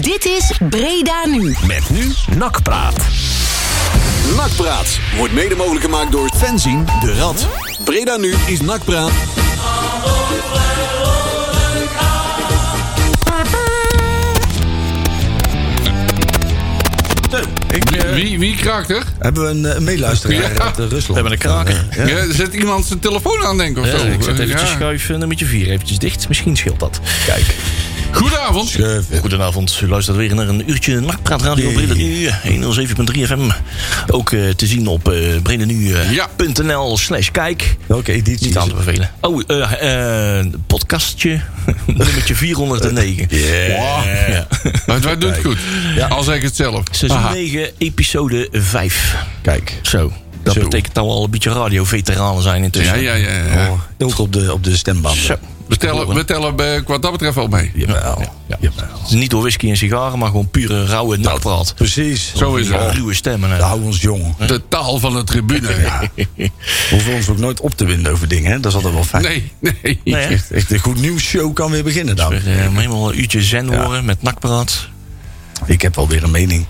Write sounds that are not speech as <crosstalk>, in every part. Dit is Breda Nu. Met nu Nakpraat. Nakpraat wordt mede mogelijk gemaakt door Fenzin de Rad. Breda nu is Nakpraat. Wie, wie, wie kraakt er? Hebben we een eh, meeluisteraar Ja. uit eh, We Rusland? hebben een kraker. Ja. zet iemand zijn telefoon aan, denk ik, of Ja, zo? ik zet eventjes Ja. schuif eh, nummertje 4 eventjes dicht. Misschien scheelt dat. Kijk. Goedenavond. Goedenavond. U luistert weer naar een uurtje Nakpraat Radio Breda Nu. 107.3 FM. Ook eh, te zien op eh Ja. bredenu.nl slash kijk. Welke editie is Niet aan te het? bevelen. Oh, eh, eh, podcastje. <laughs> nummertje 409. Yeah. Ja. Maar wij doen het goed. Al zeg ik het zelf. Seizoen Aha. 9, episode 5. Kijk. Zo. Dat Zo. betekent dat we al een beetje radioveteranen zijn Ja, intussen. ja, ja. ja. Oh, Ook op de, op de stembanden. Zo. We tellen, we tellen eh, wat dat betreft wel mee. Jawel. Jawel. Het is Niet door whisky en sigaren, maar gewoon pure rauwe nakpraat. Precies. Zo is het. Ruwe stemmen. hè. Hou ons jong. De taal van de tribune. <laughs> We hoeven ons ook nooit op te winden over dingen. Hè? Dat is altijd wel fijn. Nee, nee. Nee, hè? Echt, echt een goed nieuws show kan weer beginnen dan. Weer, eh, helemaal een uurtje zen horen met nakpraat. Ik heb wel weer een mening.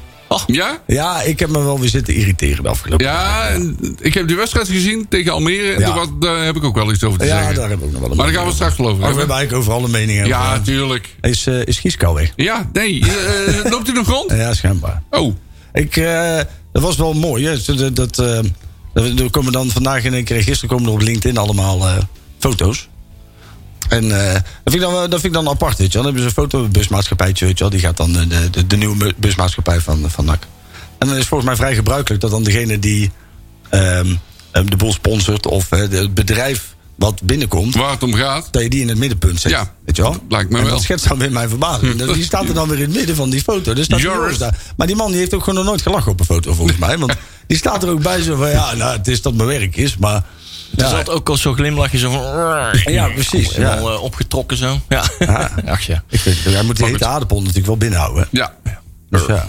Ja? Ja, ik heb me wel weer zitten irriteren de afgelopen Ja, en ik heb die wedstrijd gezien tegen Almere. En Ja. toen was- daar heb ik ook wel iets over te Ja, zeggen. daar hebben we ook nog wel een Maar daar mening gaan we straks over. geloof ik. Oh, we over. hebben eigenlijk overal een mening. over. Ja, tuurlijk. Is, eh is Gieska weg? Ja, nee. eh, eh, loopt u nog rond? <laughs> Ja, schijnbaar. Oh, Ik, eh, dat was wel mooi. Hè? Dat, dat, eh, dat- er komen dan vandaag in één keer, gisteren komen er op LinkedIn allemaal eh, foto's. En eh, dat, vind ik dan, wel- dat vind ik dan apart. Weet je wel. Dan hebben ze een fotobusmaatschappijtje, weet je wel. Die gaat dan eh, de, de, de nieuwe bu- busmaatschappij van, van NAC. En dan is volgens mij vrij gebruikelijk dat dan degene die ehm, eh, de boel sponsort... of eh, de- het bedrijf wat binnenkomt, waar het om gaat. dat je die in het middenpunt zet. Ja, weet je wel? lijkt me en dat wel. Hmm. schetst dan weer mijn verbazing. Dus Die staat er dan weer in het midden van die foto. Dus staat die Joris. jongens daar. Maar die man die heeft ook gewoon nog nooit gelachen op een foto, volgens mij. Want die staat er ook bij zo van... Ja, nou, het is dat mijn werk is, maar... Er Ja, zat ook al zo'n glimlachje zo van... ja, precies. Ja. Helemaal eh, opgetrokken zo. Ja. <laughs> Ach ja. Ik weet, het, hij moet die hete aardappel natuurlijk wel binnenhouden. hè. Ja. Dus ja.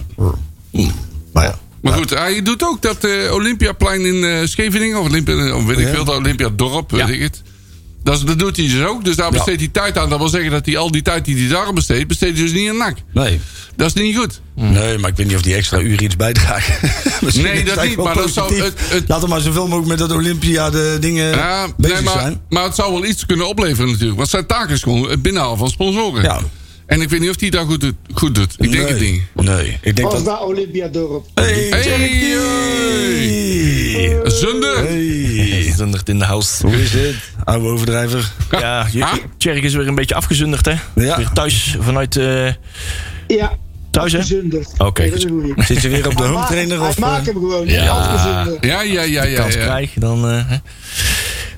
Maar ja. Maar goed, hij doet ook dat eh, Olympiaplein in eh, Scheveningen. Of, Olympia, of weet ik Ja. veel, dat Olympiadorp, Ja. weet ik het. Dat, is- dat doet hij dus ook. Dus daar besteedt hij tijd aan. Dat wil zeggen dat hij al die tijd die hij daar aan besteedt... besteedt hij dus niet aan nak. Nee. Dat is niet goed. Nee, maar ik weet niet of die extra uren iets bijdragen. <laughs> Misschien Hmm. Nee, is het dat eigenlijk niet, wel maar dat zou- positief. het- het- Laat hem maar zoveel mogelijk met dat Olympia de dingen Ja, bezig nee, maar, zijn. maar het zou wel iets kunnen opleveren natuurlijk. Want zijn taak is gewoon het binnenhalen van sponsoren. Ja. En ik weet niet of hij dat goed doet. Goed doet. Ik denk het nee. niet. Nee, ik Eh, denk Als dat... naar Olympiadorp. Hey, Hey, Jerky! hey. Zunder! Hey. Zundert in de house. Hoe is dit, oude overdrijver? Ja, Ah. Tjerk is weer een beetje afgezunderd hè. Ja. Weer thuis vanuit... eh, Ja. Thuis, hè? Afgezunderd. Oké, dat is een goeie. Zit je weer op de home trainer? Of, <laughs> Hij maakt eh, hem gewoon. Ja. Afgezunderd. Ja, ja, ja, ja. kans Ja, krijg, dan... eh, hè.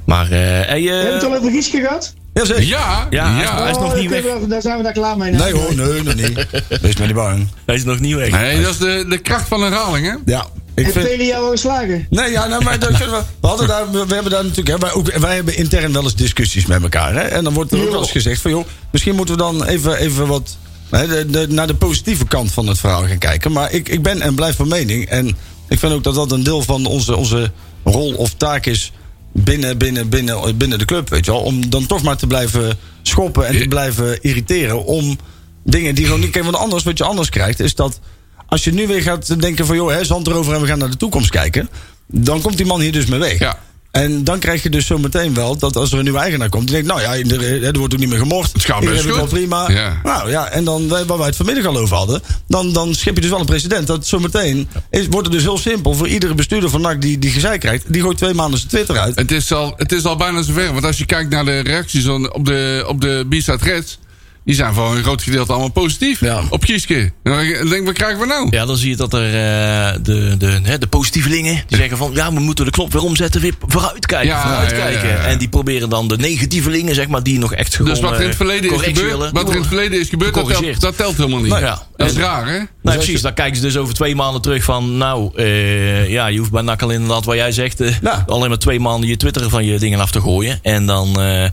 maar... eh hey, eh, Hebben we het al over Gieske gehad? Oh, ja, jazeker. ja. Ja, hij is nog dat niet hebben weg. we- Daar zijn we daar klaar mee. Nee hoor, nee, nog niet. Wees maar niet bang. hij is nog niet weg. Nee, dat is de, de kracht van herhaling, hè? Ja, ik Heeft vind... Peli jou al geslagen? Nee, ja, nou, maar dat kunnen we, we, hadden daar, we hebben daar natuurlijk... Hè, wij, ook, wij hebben intern wel eens discussies met elkaar. Hè, en dan wordt er ook wel eens gezegd van... joh, misschien moeten we dan even, even wat... Hè, de, de- naar de positieve kant van het verhaal gaan kijken. Maar ik, ik ben en blijf van mening. En ik vind ook dat dat een deel van onze, onze rol of taak is... Binnen, binnen, binnen, binnen de club, weet je wel. Om dan toch maar te blijven schoppen en te blijven irriteren. Om dingen die gewoon niet... Kijk, want anders, wat je anders krijgt, is dat... Als je nu weer gaat denken van, joh, hè, zand erover en we gaan naar de toekomst kijken. Dan komt die man hier dus mee weg. Ja. En dan krijg je dus zometeen wel dat als er een nieuwe eigenaar komt. Die denkt, nou ja, er, hè, er wordt ook niet meer gemocht. Het gaat Iedereen best vindt goed. het wel prima. Ja. Nou ja, en dan eh, waar wij het vanmiddag al over hadden. Dan, dan schep je dus wel een precedent. Dat zometeen is, wordt het dus heel simpel voor iedere bestuurder van NAC die, die gezeik krijgt. Die gooit twee maanden zijn Twitter uit. Het is, al, het is al bijna zover. Want als je kijkt naar de reacties aan- op de, op de Bistad Reds... die zijn voor een groot gedeelte allemaal positief. Ja. Op Kieske. Dan denk ik, denk, wat krijgen we nou? Ja, dan zie je dat er eh, de, de, hè, de positievelingen die zeggen van ja, we moeten de knop weer omzetten, weer vooruitkijken, Ja, vooruitkijken. ja, ja, ja. En die proberen dan de negatievelingen, zeg maar, die nog echt gewoon Dus wat er in het verleden eh, is correct gebeurd, willen. wat er in het verleden is gebeurd dat, telt, Gecorrigeerd. dat telt helemaal niet. Nou ja. Dat is En- raar, hè? Nou, Nee, precies. Dan kijken ze dus over twee maanden terug van... nou, eh, ja, je hoeft bij Nakkel inderdaad wat jij zegt... eh, Ja. alleen maar twee maanden je Twitter van je dingen af te gooien. En dan, eh,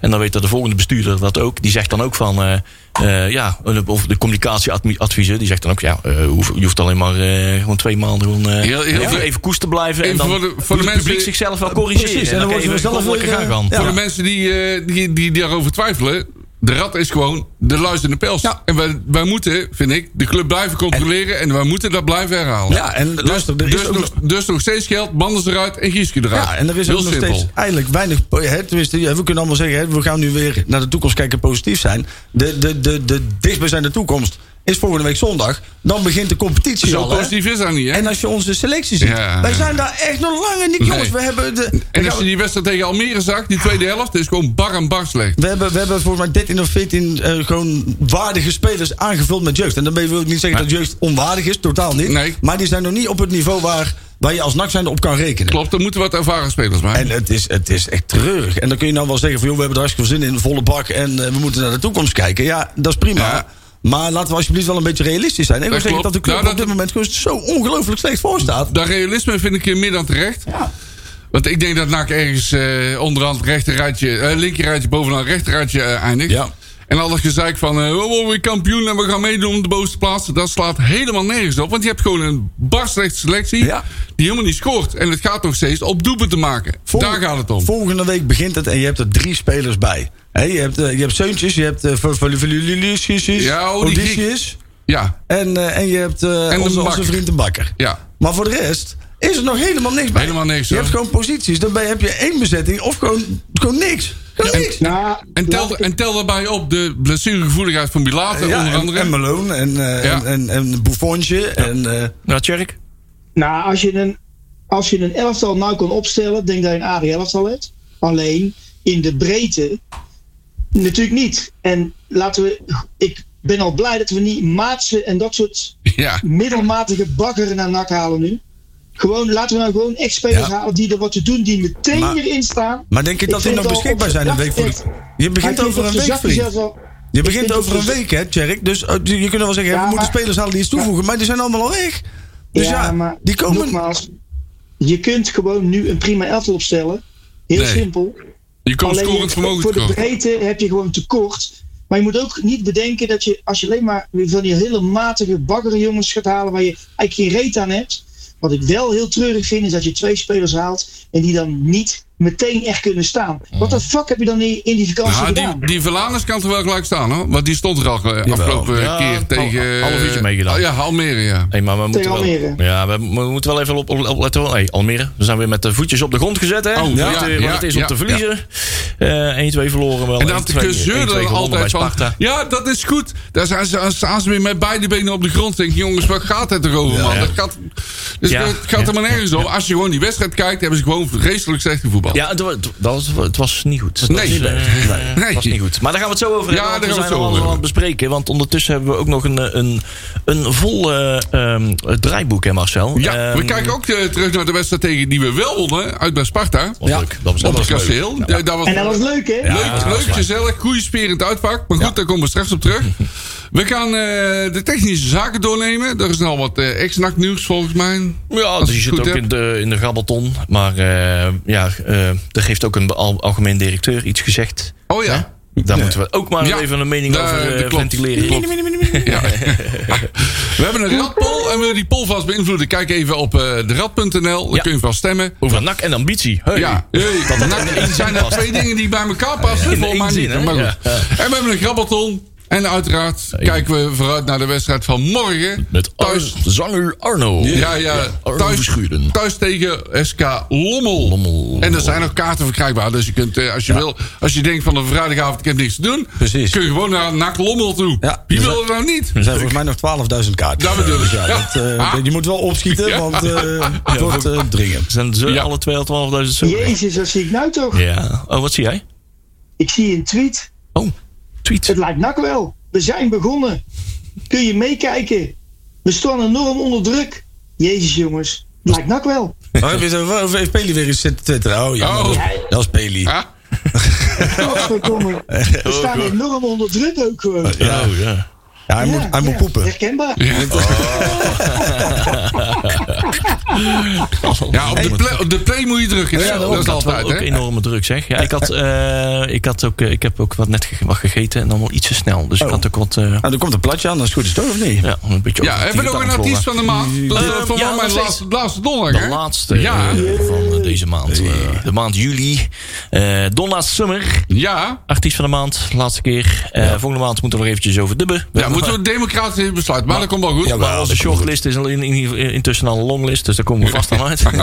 en dan weet dat de volgende bestuurder dat ook. Die zegt dan ook van... eh, eh, ja, of de communicatieadviseur die zegt dan ook... ja, eh, hoef- je hoeft alleen maar eh, gewoon twee maanden gewoon, eh, Heel- heel even, veel- even koest te blijven. en even dan voor de- voor moet de het mensen- publiek zichzelf wel corrigeren. Precies, en dan kan worden je we zelf gewoon weer, lekker eh, gaan. ja. Voor de mensen die, eh, die, die, die daarover twijfelen. de rat is gewoon de luisterende pels. Ja. En wij, wij moeten, vind ik, de club blijven controleren. En, wij moeten dat blijven herhalen. Ja, en luister, er is dus, ook nog, nog- dus nog steeds geld, Manders eruit en Gieske eruit. Ja, en er is Heel ook nog simpel. steeds eigenlijk weinig. po- Hè, tenminste, ja, we kunnen allemaal zeggen, hè, we gaan nu weer naar de toekomst kijken positief zijn. De, de, de, de dichtstbijzijnde toekomst is volgende week zondag. Dan begint de competitie Zo al. hè. positief is dat niet, hè? En als je onze selectie ziet, Ja. wij zijn daar echt nog lang in. Nee. Jongens, we hebben de. we En als gaan- je die wedstrijd tegen Almere zag, die tweede helft, is gewoon bar en bar slecht. We hebben, we hebben volgens mij 13 of 14 eh, gewoon waardige spelers aangevuld met jeugd. En daarmee wil ik niet zeggen Nee. dat jeugd onwaardig is, totaal niet. Nee. Maar die zijn nog niet op het niveau waar, waar je als NAC zijnde op kan rekenen. Klopt, er moeten wat ervaren spelers bij. En eh, het is, het is echt treurig. En dan kun je nou wel zeggen van... joh, we hebben er hartstikke veel zin in, volle bak... en eh, we moeten naar de toekomst kijken. Ja, dat is prima. Ja. Maar laten we alsjeblieft wel een beetje realistisch zijn. Ik wil Dat zeggen dat klopt. de club Nou, dat- op dit moment gewoon zo ongelooflijk slecht voor staat. Dat realisme vind ik hier meer dan terecht. Ja. Want ik denk dat NAC ergens eh, onderhand rechterrijtje, eh linkerrijtje bovenaan rechterrijtje eh, eindigt. Ja. En al dat gezeik van, eh we worden weer kampioen en we gaan meedoen om de bovenste plaats. Dat slaat helemaal nergens op. Want je hebt gewoon een barslecht selectie Ja. die helemaal niet scoort. En het gaat nog steeds op doepen te maken. Vol- Daar gaat het om. Volgende week begint het en je hebt er drie spelers bij. Hè, je, hebt, eh, je hebt Seuntjes, je hebt Valulisius, Ja, oh, die Griek. Odysseus... Ja, en, eh, en je hebt eh, de onze, onze Bakker. vriend de bakker. ja. Maar voor de rest is er nog helemaal niks bij. Helemaal niks, Je hoor. hebt gewoon posities. Daarbij heb je één bezetting of gewoon, gewoon niks. Gewoon niks. Nou, En laat tel, ik het- en tel daarbij op de blessuregevoeligheid van Bilater Ja, onder en- andere. En, Malone en, eh, Ja. en, en, en Buffonje. En, eh, Nou, Tjerk? nou, als je, een, als je een elftal nou kon opstellen, denk dat je een aardig elftal hebt. Alleen in de breedte natuurlijk niet. En laten we, ik ben al blij dat we niet Maatsen en dat soort Ja. middelmatige bakker naar NAC halen nu. Gewoon, laten we nou gewoon echt spelers Ja. halen die er wat te doen, die meteen Maar- erin staan. maar denk je Ik dat die vind nog al beschikbaar op zijn een week voor gedachte- Je begint Maar ik over een week, vind dat ze zachtjes vriend. zelfs al- Je ik begint vind over dat een ze- week, hè, Tjerk. Dus eh, je je kunt wel zeggen, Ja, we moeten maar- spelers halen die iets toevoegen. Maar die zijn allemaal al weg. Dus ja, maar die komen... Nogmaals, je kunt gewoon nu een prima elftal opstellen. Heel Nee. simpel. Je komt Alleen scorend vermogen voor de tekort. breedte heb je gewoon tekort. Maar je moet ook niet bedenken dat je, als je alleen maar weer van die hele matige bakkeren jongens gaat halen waar je eigenlijk geen reet aan hebt. Wat ik wel heel treurig vind, is dat je twee spelers haalt en die dan niet meteen echt kunnen staan. Wat de fuck heb je dan in in die vakantie Nou, gedaan? die, die Verlaners kan er wel gelijk staan, hoor. Want die stond er al eh, afgelopen Ja, keer al- tegen... half uurtje meegedaan. Oh, Ja, Almere, ja. Hey, maar we moeten Almere. Wel, ja, we, we moeten wel even op, op, op letten. hoor. Hey, Almere, we zijn weer met de voetjes op de grond gezet. Hè? Oh, Weet, ja, eh, wat ja, het is ja, om te verliezen. Eh 1-2 verloren wel. En dan de 1-2 gezeur 1-2 er gewonnen bij altijd van. Sparta. Ja, dat is goed. Daar zijn ze, dan staan ze weer met beide benen op de grond. Denk ik, jongens, wat gaat het erover, man? ja. Dat gaat, dus Ja, het gaat er maar ja, nergens om. Als je gewoon die wedstrijd kijkt, hebben ze gewoon vreselijk slecht gevoetbald. Ja, het, wa- het- dat was, het was niet goed. Het Nee. was, eh, Nee. het was niet goed. Maar daar gaan we het zo over Ja, hebben. daar want we gaan we zijn het zo al alles over aan het bespreken. Want ondertussen hebben we ook nog een, eh, een, een vol eh, ehm, draaiboek, hè Marcel? Ja, we Ehm, kijken ook eh, terug naar de wedstrijd tegen die we wel wonnen. Uit bij Sparta. was leuk. Dat was, Op dat het was leuk. kasteel. Eh, daar was- En dat was leuk, hè? Leuk, leuk gezellig, goede sfeer in het uitvak. Maar goed, daar komen we straks op terug. We gaan eh, de technische zaken doornemen. Er is al wat eh ex-NAC nieuws volgens mij. Ja, Als dus je ik zit het ook goed heb. in de, in de gabbelton. Maar eh, ja, eh er heeft ook een be- al- algemeen directeur iets gezegd. Oh ja. Daar moeten we ook maar Ja. even een mening Daar- over dat eh, klopt. ventileren. Klopt. Ja. Ah. We hebben een radpol en wil je die poll vast beïnvloeden? Kijk even op eh de rad.nl. Dan Ja. kun je vast stemmen. Over NAC en ambitie. Hey. Ja, hey, NAC, zijn er twee dingen die bij elkaar passen? In één Volgens mij zin, niet. hè? Maar goed. Ja. En we hebben een grabbelton. En uiteraard kijken we vooruit naar de wedstrijd van morgen. Met Ar- thuis. zanger Arno. Ja, ja. Arno Thuis, Verschuren. thuis tegen SK Lommel. Lommel. En er zijn nog kaarten verkrijgbaar. Dus je kunt, eh, als je wil, als je denkt van de vrijdagavond, ik heb niks te doen. Precies. Kun je gewoon naar NAC Lommel toe. Ja. Wie Dus wil er nou niet? Er zijn volgens mij nog 12.000 kaarten. Dat bedoel ik. Dus ja, dat, eh, Ah. Je moet wel opschieten, Ja. want eh, het wordt eh, dringend. Zijn ze Ja. alle twee al 12.000 zo? Jezus, wat zie ik nou toch? Ja. Oh, wat zie jij? Ik zie een tweet. Oh, tweet. Het lijkt nak wel. We zijn begonnen. Kun je meekijken? We staan enorm onder druk. Jezus, jongens. Het lijkt nak wel. Oh, heb je zo- of heeft Peli weer eens zitten twitteren? Oh ja, Oh. dat is Peli. Ah, <laughs> Godverdomme. We staan enorm onder druk ook gewoon. Ja. Oh, ja. Ja, hij moet, Ja, hij moet ja, poepen. Nou, Oh. Herkenbaar. ja. <laughs> Ja, op de, play, op de play moet je druk in. Ja, dat is Dat was altijd, ook hè? enorme druk, zeg. Ja, ik, had, eh, ik, had ook, eh, ik heb ook wat net ge- wat gegeten en dan wel iets te snel. Dus ik Oh. had ook wat... eh, Nou, er komt een platje aan, dat is goed, is het toch of niet? ja, een beetje Ja, hebben we nog een overactiviteit artiest van de maand? Dat is Eh, voor ja, mij nog mijn steeds. laatste, laatste donderdag, De hè? laatste Ja. eh, van eh, deze maand. Eh, de maand juli. Eh Donna Summer, Ja, artiest van de maand, laatste keer. Eh, Volgende maand moeten we nog eventjes over dubben. We ja moeten we democratisch besluiten. Maar dat komt wel goed. maar onze shortlist is al in, in- intussen al een longlist, dus daar komen we vast aan <laughs> uit.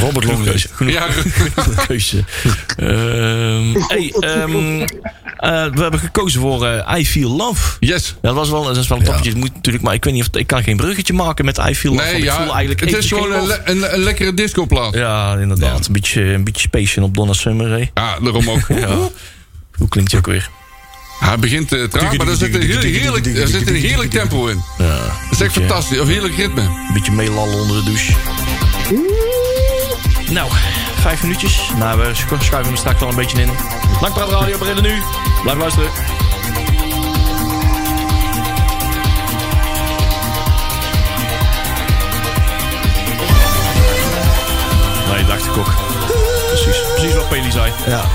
Robert Longlist. Keuze, genoeg, Ja. <laughs> genoeg keuze. Ehm, hey, ehm, eh, we hebben gekozen voor eh, I Feel Love. Yes. Ja, dat was wel, dat is wel een poppetje. Het moet natuurlijk, maar ik weet niet of ik kan geen bruggetje maken met I Feel Love. want Nee, ik voel ja, eigenlijk het is eventjes gewoon geen een, love. le- een, een lekkere discoplaat. Ja. Ja, inderdaad. Een beetje, een beetje space op Donna Summer. hè. daarom ook. Ja. Hoe klinkt die ook weer? Hij begint eh, traag, maar daar zit een heel- heerlijk, er zit een heerlijk tempo in. Ja, Oh. Dat is echt fantastisch. Of heerlijk ritme. een beetje meelallen onder de douche. Nou, vijf minuutjes. Nou, we schu- schuiven hem straks al een beetje in. Nakpraat Radio, bereiden nu. Blijf luisteren. Nee, dacht ik ook. Precies, precies wat Peli zei. Ja. <laughs>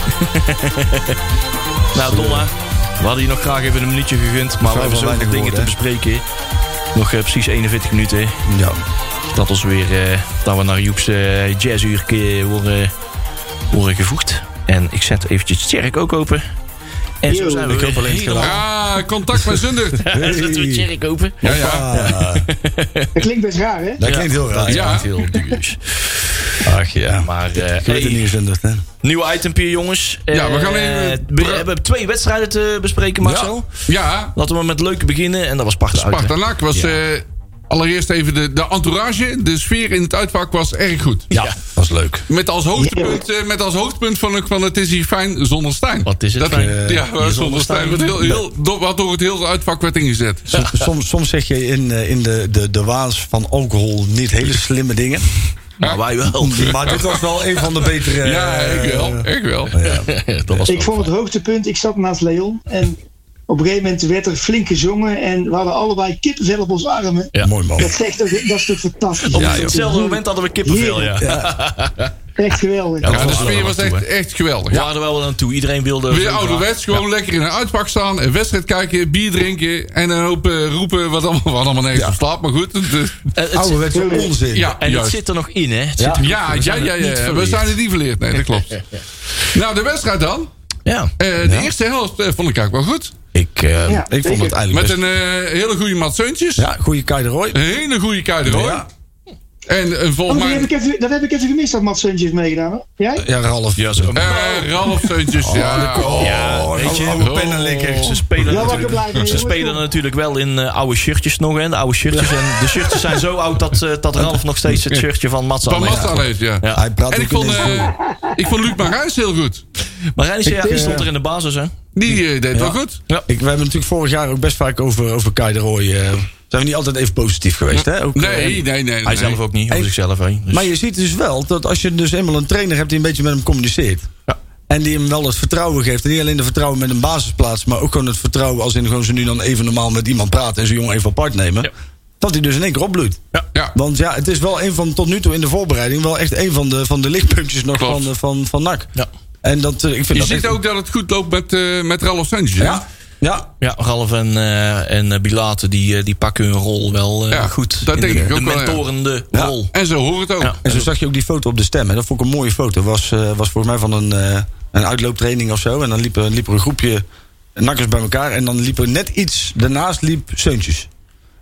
Nou, Donna, we hadden je nog graag even een minuutje gegund, maar we Vrijwel hebben zoveel weinig dingen te bespreken. Nog eh, precies 41 minuten. ja. Dat ons weer eh, dat we naar Joep's eh, jazzuur ke- worden, worden gevoegd. En ik zet eventjes het tjerk ook open. En zo Yo. zijn we Ik weer hoop alleen het helemaal... Ah, contact met Zundert. <laughs> Ja, zetten we het tjerk open. Ja, ja. Dat klinkt best raar, hè? Dat klinkt heel raar. Ja. Dat is heel duur. Ach ja. Maar eh Je weet het hey, niet eens, hè? nieuw itempje jongens. Ja, we gaan Eh, even- We hebben twee wedstrijden te bespreken Marcel. Ja, Laten we met leuke beginnen. En dat was Sparta uit, hè? Sparta NAC was eh, allereerst even de, de entourage. De sfeer in het uitvak was erg goed. Ja. was leuk. Met als hoogtepunt, eh, met als hoogtepunt van, het- van het is hier fijn zonder Stijn. Wat is het eh, Dat- fijn. ja, eh, zonder Stijn. Wat, heel, heel, door- wat door het hele uitvak werd ingezet. Soms, soms, soms zeg je in, eh, in de, de, de waas van alcohol niet hele slimme dingen. Maar wij wel. Maar dit was wel een van de betere... Ja, eh, ik wel. Ik wel. dat was Ik vond het hoogtepunt, ik zat naast Leon en op een gegeven moment werd er flink gezongen en we hadden allebei kippenvel op onze armen. Ja. Mooi man. Dat, is echt, dat is toch fantastisch. Op Dat is hetzelfde een- moment hadden we kippenvel, ja. Echt geweldig. Ja, de was sfeer wel was wat toe, echt, echt geweldig. We waren er wel aan toe. Iedereen wilde... Weer ouderwets, gewoon lekker in een uitpak staan, een wedstrijd kijken, bier drinken en een hoop eh, roepen wat allemaal, wat allemaal nergens op slaat. Maar goed, het, eh, Eh, het- Ouderwets onzin. ja, en het juist. zit er nog in, hè? Het zit Ja. er nog Ja, in. We ja, zijn ja, het niet ja, we verleerd. zijn het niet verleerd. Nee, dat klopt. Nou, de wedstrijd dan. Ja. Eh, de eerste helft eh, vond ik eigenlijk wel goed. Ik, eh, Ja, ik vond zeker. het eigenlijk Met best- een eh, hele goede Mats Zeuntjes. Ja, goede Kai de Roy. Een hele goede Kuij de Roy. Ja. En eh, Oh, volgens die mij... heb ik even, dat heb ik even gemist dat Mats Suntje heeft meegedaan. hoor. Jij? Ja, Oh, nou, Ralf. Ja, zo. eh, Ralf Zeuntjes, ja. Oh, Ja, weet je. Oh. allemaal Oh. Ze spelen, Ja, wakker natuurlijk, blijven. ze spelen natuurlijk wel in eh, oude shirtjes nog, hè? De oude shirtjes. En de shirtjes zijn zo oud dat, eh, dat Ralf nog steeds het shirtje van Mats aan Van heeft. Massa heeft, ja. Ja. Hij praat En ik ook in vond, deze- eh, ik vond Luc Marijs heel goed. Maar Rijn Ik ja, denk, stond eh, er in de basis, hè? Die eh, deed wel goed. Ik, we hebben natuurlijk vorig jaar ook best vaak over, over Kai de Roy. eh, zijn we niet altijd even positief geweest, hè? Ook, eh, Nee, nee, nee. nee. Hij zelf ook niet, over Hey. zichzelf heen. Dus- Maar je ziet dus wel dat als je dus eenmaal een trainer hebt die een beetje met hem communiceert. Ja. En die hem wel het vertrouwen geeft. En niet alleen het vertrouwen met een basisplaats, maar ook gewoon het vertrouwen als in gewoon ze nu dan even normaal met iemand praten en zo'n jongen even apart nemen. Ja. Dat hij dus in één keer opbloeit. Ja. Want ja, het is wel een van tot nu toe in de voorbereiding wel echt een van de, van de lichtpuntjes nog Klopt. van, eh, van, van NAC. Ja. En dat, eh, ik vind Je dat ziet echt- ook dat het goed loopt met, eh, met Ralf Sanchez. hè? Ja, ja. Ja, Ralf en, eh en eh, Bilate, die, eh, die pakken hun rol wel eh, Ja, goed. dat In denk de, ik de ook wel, ja. mentorende Ja. rol. En zo hoort het ook. Ja. Ja. En zo zag je ook die foto op de stem. Hè? Dat vond ik een mooie foto. Was, eh, was volgens mij van een, eh, een uitlooptraining of zo. En dan liep, liep er een groepje nakkers bij elkaar. En dan liep er net iets. Daarnaast liep Seuntjes.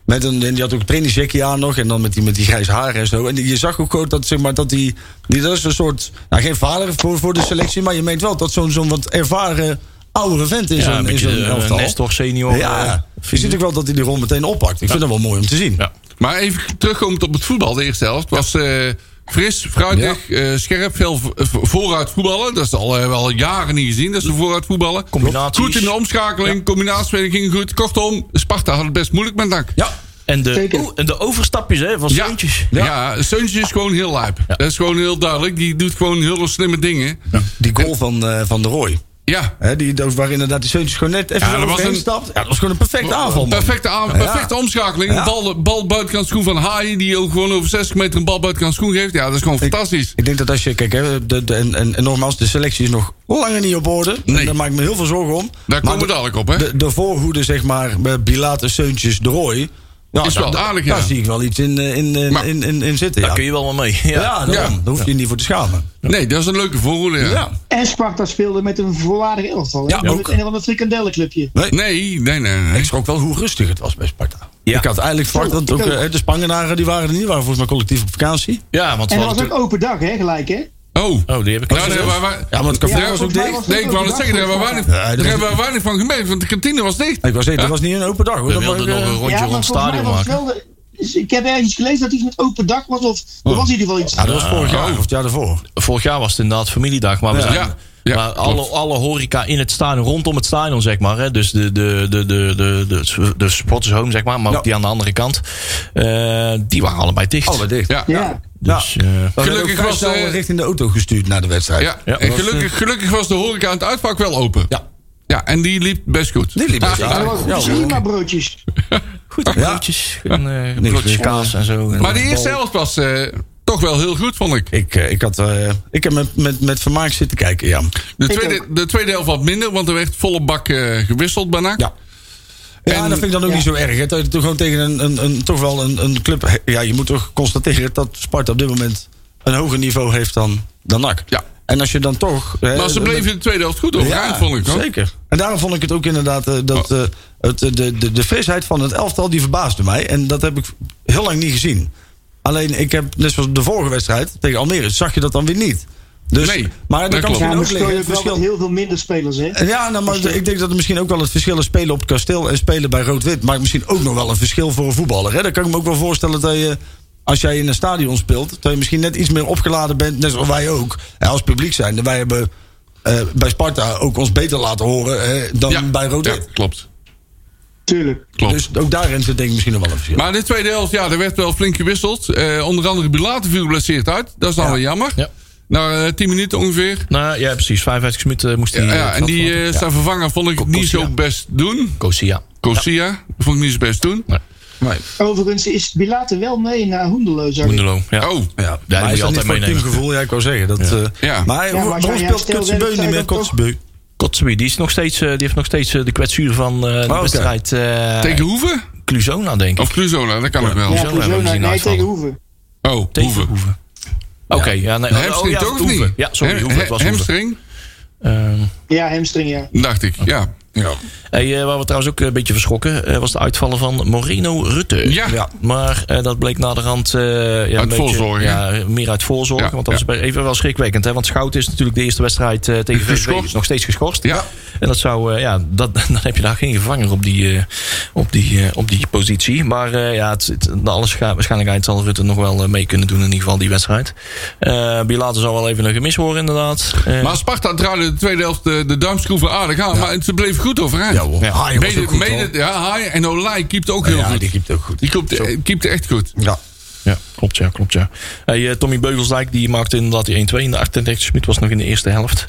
Met een, en die had ook een trainingsjackje aan nog. En dan met die, met die grijs haar en zo. En die- je zag ook gewoon dat, zeg maar, dat die, die... Dat is een soort... Nou, geen vader voor, voor de selectie. Maar je meent wel dat zo'n zo'n wat ervaren oudere vent in Ja, een zo'n in beetje zo'n eh, elftal. Nestor senior. ja, eh, ja. je ziet ook wel dat hij die rol meteen oppakt. Ik vind dat wel mooi om te zien. Ja. Maar even terugkomend op het voetbal, de eerste helft. was eh, fris, fruitig, eh, scherp, veel v- v- vooruit voetballen. Dat is al eh, wel jaren niet gezien, dat ze vooruit voetballen. Combinaties. Goed in de omschakeling, combinaties ging goed. Kortom, Sparta had het best moeilijk met dank. Ja. eh, En de, Zeker. oeh, en de overstapjes hè, van Ja, Zeuntjes. ja. Seuntje is gewoon heel lijp. Dat is gewoon heel duidelijk. Die doet gewoon heel veel slimme dingen. Ja, Die goal van, eh, van de Roy. Hè, die, dat- waar inderdaad die Seuntjes gewoon net even Ja, ja, dat was een- stapt. Ja, dat was gewoon een perfecte aanval, man. perfecte, aan, perfecte omschakeling. Ja. Bal, bal buitenkant schoen van Haaien, die ook gewoon over 60 meter een bal buitenkant schoen geeft. Ja, dat is gewoon fantastisch. Ik denk dat als je, kijk, hè, de, de- en, en, en nogmaals, de selectie is nog langer niet op orde. Nee. En daar maak ik me heel veel zorgen om. Daar Maar komen we de- dadelijk op, hè? De, de voorhoede, zeg maar, bij Bilate, Seuntjes, de Roy. Ja, is wel daar- aardig, Daar ja. zie ik wel iets in, eh, in, eh, Maar- in, in, in zitten. Daar Ja, kun je wel wel mee. Ja. ja, daarom. Ja. daar hoef je je niet voor te schamen. Nee, dat is een leuke voorhoede. Ja. En Sparta speelde met een volwaardig elftal. hè? Ja, Met ook. een van een frikandellenclubje. Nee, nee, nee. nee. Ik schrok wel hoe rustig het was bij Sparta. Ja. Ik had eigenlijk verwacht, Zo, want ik ook, ook. eh, de Spangenaren die waren er niet, waren volgens mij collectief op vakantie. Ja, want we En dat hadden was ook open dag, hè, gelijk, hè? Oh. toen- Oh, die heb Nou, ik niet daar gezien. hebben we- Ja, want het café daar- was ook volgens mij dicht. was het Nee, ik wou net zeggen, daar hebben we weinig, Oh. Ja, dat daar was- hebben we weinig van gemerkt, want de kantine was dicht. Ik was zeker, dat was niet een open dag. Hoor. We Dat wilden was, nog eh, een rondje ja, rond het volgens mij stadion was het maken. wel de- dus ik heb ergens gelezen dat iets met open dak was. Of er was in ieder geval iets. ja, dat was vorig jaar of het jaar daarvoor. Vorig jaar was het inderdaad familiedag, maar we zijn... Ja. Ja, maar alle, klopt. alle horeca in het stadion, rondom het stadion, zeg maar. Hè, dus de, de, de, de, de, de, de supporters home, zeg maar. Maar ook die aan de andere kant. eh, die waren allebei dicht. dicht. Ja. ja. Ja. Dus, eh, Gelukkig Gelukkig was, was eh, richting de auto gestuurd naar de wedstrijd. Ja, En was, gelukkig, gelukkig was de horeca aan het uitvak wel open. eh, Ja. Ja, en die liep best goed. Die liep best Ah, goed. Er ah. waren Ja, goede hoor. prima broodjes. goed, broodjes. En, eh, Nou, broodjes meer. kaas en zo. En Maar die eerste helft was eh, toch wel heel goed, vond ik. Ik, eh, ik, had, eh, ik heb met, met, met vermaak zitten kijken, ja. De Ik tweede, de tweede helft wat minder, want er werd volle bak eh, gewisseld bijna. Ja. Ja, en, dat vind ik dan ook ja. niet zo erg. Hè? Dat je toch gewoon tegen een, een, een, toch wel een, een club... Ja, je moet toch constateren dat Sparta op dit moment... een hoger niveau heeft dan, dan NAC. Ja. En als je Eh, dan toch... hè, Maar ze met- bleven in de tweede helft goed overeind, vond ik. Hoor. Oh. Zeker. En daarom vond ik het ook inderdaad eh, dat eh, het, eh, de, de, de frisheid van het elftal die verbaasde mij. En dat heb ik heel lang niet gezien. Alleen ik heb, net zoals de vorige wedstrijd tegen Almere, zag je dat dan weer niet. Dus, Nee, maar dat dat kan klopt. misschien Ja, maar ook speel liggen. Het je ook wel met verschil. heel veel minder spelers, hè? En Ja, nou, maar ik denk dat er misschien ook wel het verschil is spelen op het kasteel en spelen bij Rood-Wit. Maakt misschien ook nog wel een verschil voor een voetballer. Hè? Dan kan ik me ook wel voorstellen dat je, als jij in een stadion speelt, dat je misschien net iets meer opgeladen bent, net zoals wij ook. En als publiek zijn, wij hebben eh, bij Sparta ook ons beter laten horen eh, dan Ja, bij ja, Rood-Wit. klopt. Tuurlijk. klopt. dus ook daarin zit denk ik misschien nog wel een verschil. Maar in de tweede helft, ja, er werd wel flink gewisseld. Eh, onder andere Bilate viel geblesseerd uit. Dat is dan wel jammer. Ja. Na eh, 10 minuten ongeveer. Nou ja, precies. 55 minuten moest hij... ja, eh, ja, en die veld eh, laten. zijn vervanger vond ik Ko- niet Kosia. zo best doen. Kosia. Kosia vond ik niet zo best doen. Nee. Overigens is Bilate wel mee naar Hoendelo, zag ik. Moendelo. Ja. Oh, ja, die maar moet is dat je altijd niet voor meenemen. teamgevoel? Ja, ik wou zeggen. Dat, eh, Ja. Maar maar als waarom jij speelt Kotzebue stelt, Willem, niet zou meer? je dan toch- Kotzebue. Kotzebue, die, is nog steeds, eh, die heeft nog steeds eh, de kwetsuur van eh, de oké. wedstrijd eh, tegen Hoeven? Cluzona, denk ik. Of Cluzona, dat kan ook wel. Ja, Hoezo hebben we Cruzona, die nee, uitvallen? tegen Hoeven. Oh, Tegen Hoeven. Hoeven. Oké, ja, nee. oh, Hamstring ja, toch of Hoeven. niet? Ja, sorry, He- Hoeven, het he- was Hoeven. hamstring, Ehm, Ja, hamstring, ja. dacht ik, ja. Ja, hey, eh, waar we trouwens ook een beetje verschrokken, eh, was de uitvallen van Moreno Rutte. ja. Ja. Maar eh, dat bleek naderhand... eh, ja, Uit beetje- voorzorg, hè? Ja, meer uit voorzorg. Ja, want dat ja. is bij- even wel schrikwekkend. Hè? Want Schouten is natuurlijk de eerste wedstrijd eh, tegen VVV Geschorst. is nog steeds geschorst. Ja. En dat zou, eh, ja, dat, <laughs> dan heb je daar geen gevanger op die, eh, op die, eh, op die positie. Maar eh, ja, het, het, naar alle scha- waarschijnlijkheid zal Rutte nog wel eh, mee kunnen doen in ieder geval die wedstrijd. Eh Bilater zal wel even een gemis horen inderdaad. Eh, Maar Sparta draaide de tweede helft de, de duimschroeven aardig aan. Maar ze bleef goed overeind. Ja, hoor. Ja. Haaien was Mede- ook goed, mede- hoor. ja, Haaien en Olij keept ook heel Ja, goed. die keept ook goed. Die keept, eh, keept echt goed. Ja. Ja, klopt ja, klopt ja. Hey, eh, Tommy Beugelsdijk die maakte inderdaad die 1-2 in de 38 minuut, was nog in de eerste helft.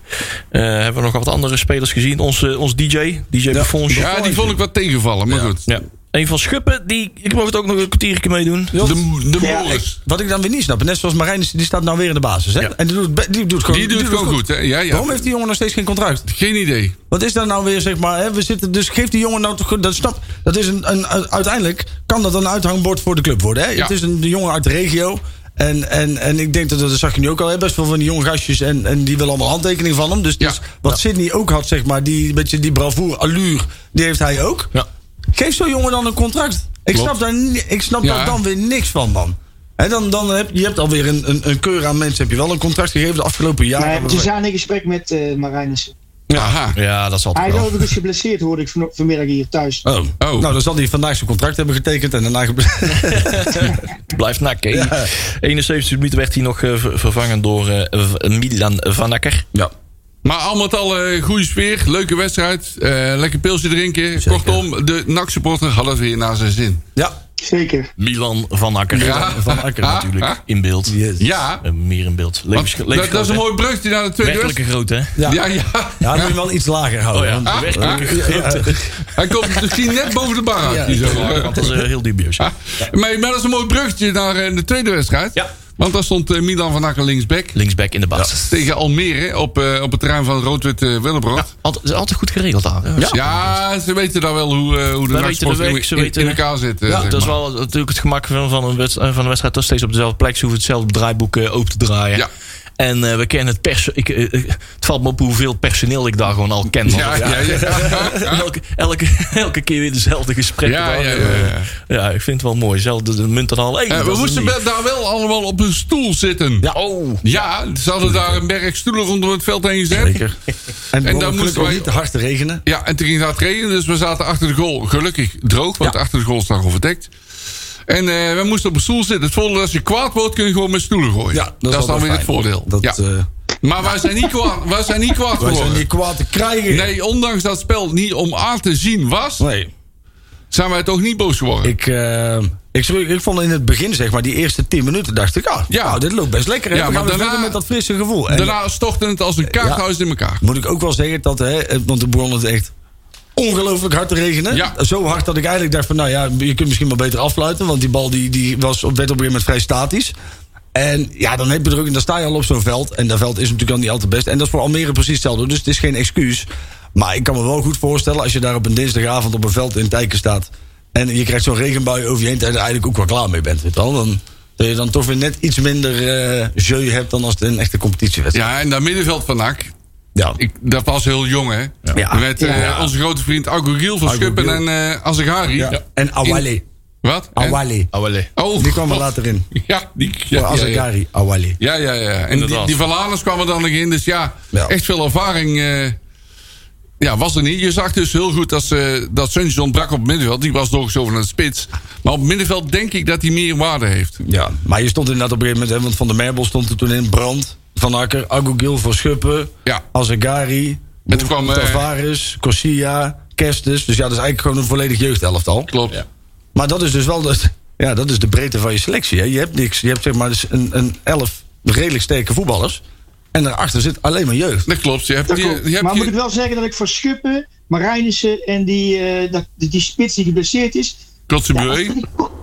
Eh, hebben we nog wat andere spelers gezien? Onze, ons DJ, DJ ja. Ja, die vond ik wat tegenvallen, maar goed. Ja. Een van Schuppen, die, ik mocht ook nog een kwartiertje meedoen. De, de Ja, Morris. Wat ik dan weer niet snap, net zoals Marijnis, die staat nou weer in de basis. Hè? Ja. En die doet, be- die doet gewoon, Die doet het gewoon goed, hè? Ja, ja. Waarom heeft die jongen nog steeds geen contract? Geen idee. Wat is daar nou weer, zeg maar? Hè? We zitten, dus geef die jongen nou toch goed. Dat snap. Dat is een, een, u- uiteindelijk kan dat een uithangbord voor de club worden. Hè? Ja. Het is een de jongen uit de regio. En, en, en ik denk dat, dat zag je nu ook al, hè? best veel van die jonge gastjes. En, en die willen allemaal handtekening van hem. Dus, Ja. dus wat Sidney ook had, zeg maar, die beetje die bravoure, allure, die heeft hij ook. Ja. Geef zo'n jongen dan een contract. Ik Klopt. snap, daar, ni- ik snap Ja. daar dan weer niks van, man. Hè, dan, dan heb, je hebt alweer een, een, een keur aan mensen. Heb je wel een contract gegeven de afgelopen jaren? Maar hebben ze we- zijn in gesprek met eh Marijnissen. Aha. Ja, dat zal Hij altijd is wel. overigens geblesseerd, hoorde ik van, vanmiddag hier thuis. Oh. Oh. Nou, dan zal hij vandaag zijn contract hebben getekend en daarna... ge- Blijft nakken. Ja. 71 minuten werd hij nog eh, ver- vervangen door eh, v- Milan Van Akker. ja. Maar al met al eh, goede sfeer, leuke wedstrijd. eh, lekker pilsje drinken. Kortom, de NAC-supporter had het weer naar zijn zin. <laughs> Ja. Zeker. Milan Van Akker. Ja. Van Akker Ah, natuurlijk. ah. In beeld. Ja, Eh, meer in beeld. want Levens, dat, dat is een mooi brugje naar de tweede Werkelijke wedstrijd. groot, hè? Ja. Ja, Ja, ja. dan moet je wel iets lager houden. Oh ja, want- Ah, werkelijke ah. grote. Hij komt misschien net boven de bar uit. hier zo. <laughs> Want dat is eh, heel dubieus. Ah, Maar, maar dat is een mooi bruggetje naar eh, de tweede wedstrijd. Ja. Want daar stond eh, Milan van Akker linksback. Linksback in de basis. Tegen Almere op, eh, op het terrein van Roodwit eh Ja, Willebrood. altijd, is altijd goed geregeld daar. hè? Ja. ze weten daar wel hoe, eh, hoe de Wij nachtsport weten de in, week, ze in- weten- in elkaar zit. eh, Ja, zeg dat is maar. wel natuurlijk het gemak van, van, een, wedst- eh, van een wedstrijd. Dat steeds op dezelfde plek. Ze hoeven hetzelfde draaiboek eh, open te draaien. Ja. En eh, we kennen het pers. Ik, eh, eh, het valt me op hoeveel personeel ik daar gewoon al ken. man. Ja, ja, ja. En <laughs> Elke, elke, <laughs> elke keer weer dezelfde gesprekken. Ja, dan. eh, ja, ja, ja. Ja, ik vind het wel mooi. Zelfde de munt en al. Hey, Eh, dat we is moesten niet. be- daar wel allemaal op een stoel zitten. Ja, Oh. ze hadden daar een berg stoelen rondom het veld heen gezet. Zeker. dan En, dan moest moesten het ook wij- niet te hard regenen. Ja, en toen ging het hard regenen, dus we zaten achter de goal. Gelukkig droog, want achter de goal staat al verdekt. En eh, we moesten op een stoel zitten. Het voordeel als je kwaad wordt, kun je gewoon met stoelen gooien. Ja, dat is is dan weer altijd het fijn. voordeel. Dat, ja. eh, maar wij zijn niet kwaad, wij zijn niet kwaad wij zijn geworden. niet kwaad te krijgen. Nee, ondanks dat het spel niet om aan te zien was, Nee. zijn wij toch niet boos geworden. Ik, eh, ik, schrik- ik vond in het begin, zeg maar, die eerste 10 minuten, dacht ik, ah, Ja. nou, dit loopt best lekker. hè. Ja, we maar gaan weer daarna- verder met dat frisse gevoel. En Daarna stortte het als een kaarthuis in elkaar. moet ik ook wel zeggen dat, hè, eh, want toen begon het echt ongelooflijk hard te regenen. Ja. Zo hard dat ik eigenlijk dacht van, nou ja, je kunt misschien wel beter afsluiten. Want die bal die, die was op, werd op een gegeven moment vrij statisch. En ja, dan heb je er ook, en dan sta je al op zo'n veld. En dat veld is natuurlijk al niet altijd best. En dat is voor Almere precies hetzelfde. Dus het is geen excuus. Maar ik kan me wel goed voorstellen als je daar op een dinsdagavond op een veld in Tijken staat. En je krijgt zo'n regenbui over je heen. En er eigenlijk ook wel klaar mee bent. Weet je wel? Dan, dat je dan toch weer net iets minder eh jeu hebt dan als het een echte competitiewedstrijd Ja, en dat middenveld van NAC, Ja. ik, dat was heel jong hè. Ja. Met eh, onze grote vriend Agogiel van Agogiel. Schuppen en eh Azegari. Ja. En Awali. Wat? En- Awali. Oh, Die kwam er God. later in. <laughs> Ja, die, Voor ja, ja, ja. Azagari, Awali. Ja, ja, ja. En die, Inderdaad. die Valanus kwamen dan nog in. Dus ja, Ja. echt veel ervaring eh, ja, was er niet. Je zag dus heel goed dat, ze, dat Suntje ontbrak op het middenveld. Die was doorgeschoven naar de spits. Maar op het middenveld denk ik dat hij meer waarde heeft. Ja, maar je stond inderdaad op een gegeven moment, hè, want Van der Merbel stond er toen in, Brand, Van Akker, Agogil voor Schuppen, Ja. Azagari, En toen kwam, eh, Tavares, Corsia, Kerstes. Dus ja, dat is eigenlijk gewoon een volledig jeugdelftal. Klopt. Ja. Maar dat <laughs> is dus wel de, ja, dat is de breedte van je selectie. Hè. Je hebt niks, je hebt zeg maar dus een, een elf redelijk sterke voetballers. En daarachter zit alleen maar jeugd. Dat klopt. Je hebt, Dat die- klopt. je hebt maar die- moet ik wel zeggen dat ik voor Schuppen, Marijnissen en die, eh, dat, die, die spits die geblesseerd is. Kotzebue.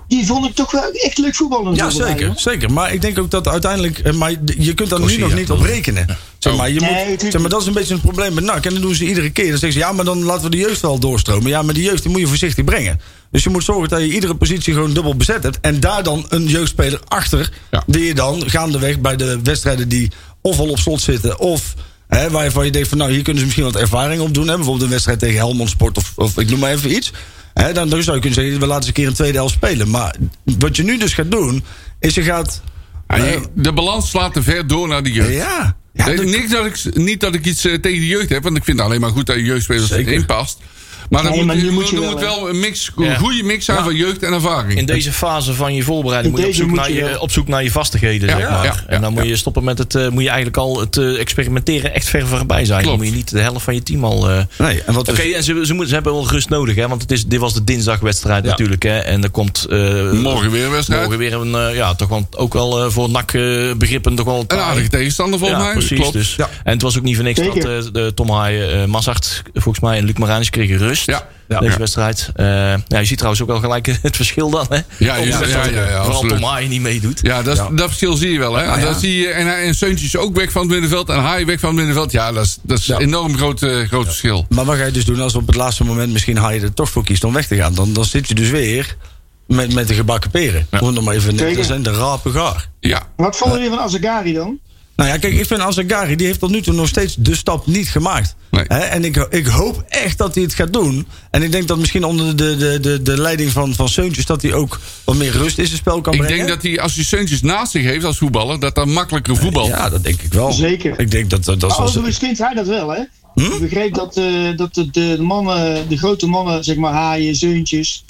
Die vond ik toch wel echt leuk voetballen. Ja, zeker, zeker. Maar ik denk ook dat uiteindelijk. eh, Maar je kunt daar nu Corsia, nog niet op rekenen. Zeg maar, je Nee, moet, tuurlijk zeg maar, dat is een beetje een probleem met NAC. En dat doen ze iedere keer. Dan zeggen ze ja, maar dan laten we de jeugd wel doorstromen. Ja, maar die jeugd die moet je voorzichtig brengen. Dus je moet zorgen dat je iedere positie gewoon dubbel bezet hebt. En daar dan een jeugdspeler achter. Ja. Die je dan gaandeweg bij de wedstrijden die of al op slot zitten. Of hè, waarvan je denkt van nou hier kunnen ze misschien wat ervaring op doen. Hè? Bijvoorbeeld een wedstrijd tegen Helmond Sport of, of ik noem maar even iets. Hè, dan, dan zou je kunnen zeggen we laten ze een keer een tweede helft spelen. Maar wat je nu dus gaat doen is je gaat... Ah, eh, je- de balans slaat te ver door naar de jeugd. ja, ja, Nee, dat- niet, dat ik, niet dat ik iets eh, tegen de jeugd heb, want ik vind het alleen maar goed dat je jeugdspelers Zeker. erin past. Maar er Nee, moet, maar nu er moet je moet wel, hè. wel een mix, een Ja. goede mix zijn van jeugd en ervaring. In deze fase van je voorbereiding In moet je, op deze zoek, moet naar je je, wel. op zoek naar je vastigheden. Ja, zeg ja, maar. ja, en dan ja, moet je stoppen met het. eh, moet je eigenlijk al het eh, experimenteren echt ver voorbij zijn. Klopt. Dan moet je niet de helft van je team al. eh, Nee, en wat Oké, en ze, ze, moeten- ze hebben wel rust nodig, hè? Want het is, dit was de dinsdagwedstrijd Ja. natuurlijk, hè? En er komt eh, Morgen weer een wedstrijd. morgen weer een, eh, ja, toch wel, ook wel eh, voor NAC eh, begrippen toch wel Een aardige tegenstander volgens ja, mij. precies. Klopt. Dus. Ja. En het was ook niet voor niks Zeker. dat eh, de Tom Haaien, eh Massart, volgens mij, en Luc Marijnis kregen rust. Ja. Ja. Deze Ja. wedstrijd. Eh, ja, je ziet trouwens ook wel gelijk eh, het verschil dan. Hè? Ja, je- Ondanks ja, dat, ja, ja, eh, Vooral absoluut. Tom Haaien niet meedoet. Ja, dat, is- dat verschil zie je wel. Hè? En Dat zie je, en, hij- en Seuntje is ook weg van het middenveld. En Haai weg van het middenveld. Ja, dat is, dat is Ja. een enorm groot, eh, groot verschil. Maar wat ga je dus doen als op het laatste moment misschien haal je er toch voor kiest om weg te gaan? Dan, dan zit je dus weer met, met de gebakken peren. Gewoon nog maar even netjes Zeker. zijn, de rapen gaar. Ja. Wat vond je weer van Azagari dan? Nou ja, kijk, ik vind Azagari, die heeft tot nu toe nog steeds de stap niet gemaakt. Nee. Hè, en ik, ik hoop echt dat hij het gaat doen. En ik denk dat misschien onder de, de, de, de leiding van, van Seuntjes... dat hij ook wat meer rust in zijn spel kan Ik brengen. denk dat hij, als hij Seuntjes naast zich heeft als voetballer, dat dat makkelijker voetbal. Ja, dat denk ik wel. Zeker. Ik denk dat dat... dat Oh, Overigens vindt hij dat wel, hè? Hm? Ik begreep dat, eh, dat de, de mannen, de grote mannen, zeg maar haaien, zeuntjes,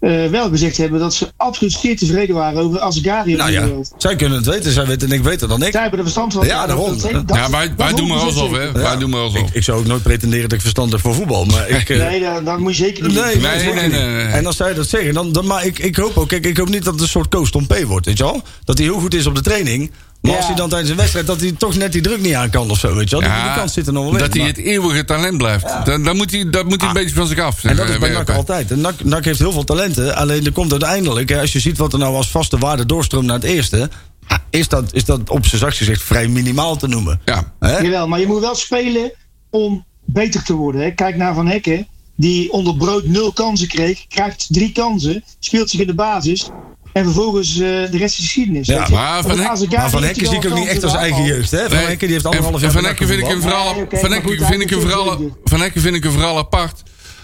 eh, wel gezegd hebben dat ze absoluut zeer tevreden waren over Azagari op nou de ja, wereld. zij kunnen het weten. Zij weten en ik weet het dan ik. Zij hebben er verstand van. Ja, daarom. Dat- dat- Ja, wij, wij dat doen maar horen ze alsof, hè? zeker. Wij Ja. doen maar alsof. Ik, ik zou ook nooit pretenderen dat ik verstand heb voor voetbal. Maar ik, eh, Nee, dat, dat moet je zeker niet Nee, doen. nee, nee, nee, nee, nee, nee. En als zij dat zeggen, dan, dan maar ik, ik hoop ook, kijk, ik hoop niet dat het een soort Koos Tom P wordt, weet je wel? Dat hij heel goed is op de training, maar Ja. als hij dan tijdens een wedstrijd, dat hij toch net die druk niet aan kan of zo, weet je wel? Die- die kans zit er nog wel in. dat hij maar- Ah. het eeuwige talent blijft. Dan, dan moet hij, dat moet hij een beetje van zich af. en dat is eh, bij NAC werpen. altijd. En NAC, NAC heeft heel veel talenten, alleen er komt uiteindelijk, hè, als je ziet wat er nou als vaste waarde doorstroomt naar het eerste, ah, is dat, is dat op zijn zachtst gezegd vrij minimaal te noemen. Ja. Hè? Jawel, maar je moet wel spelen om beter te worden. Hè. Kijk naar Van Hekken, die onder brood nul kansen kreeg, krijgt drie kansen, speelt zich in de basis en vervolgens eh, de rest is geschiedenis. Ja, weet je. maar Op Van een Hek- Azegari Maar Van heeft Hekken hij zie ik wel ook niet echt kansen als eigen gehad. jeugd. Hè? Van Nee. Hekken die heeft En- anderhalf en jaar Van bij Hekken NAC vind ik hem gevoetbald. vooral, Nee, oké, van maar Hekken goed, vind ik hij hem is vooral, een goede van Hekken vind ik hem vooral apart.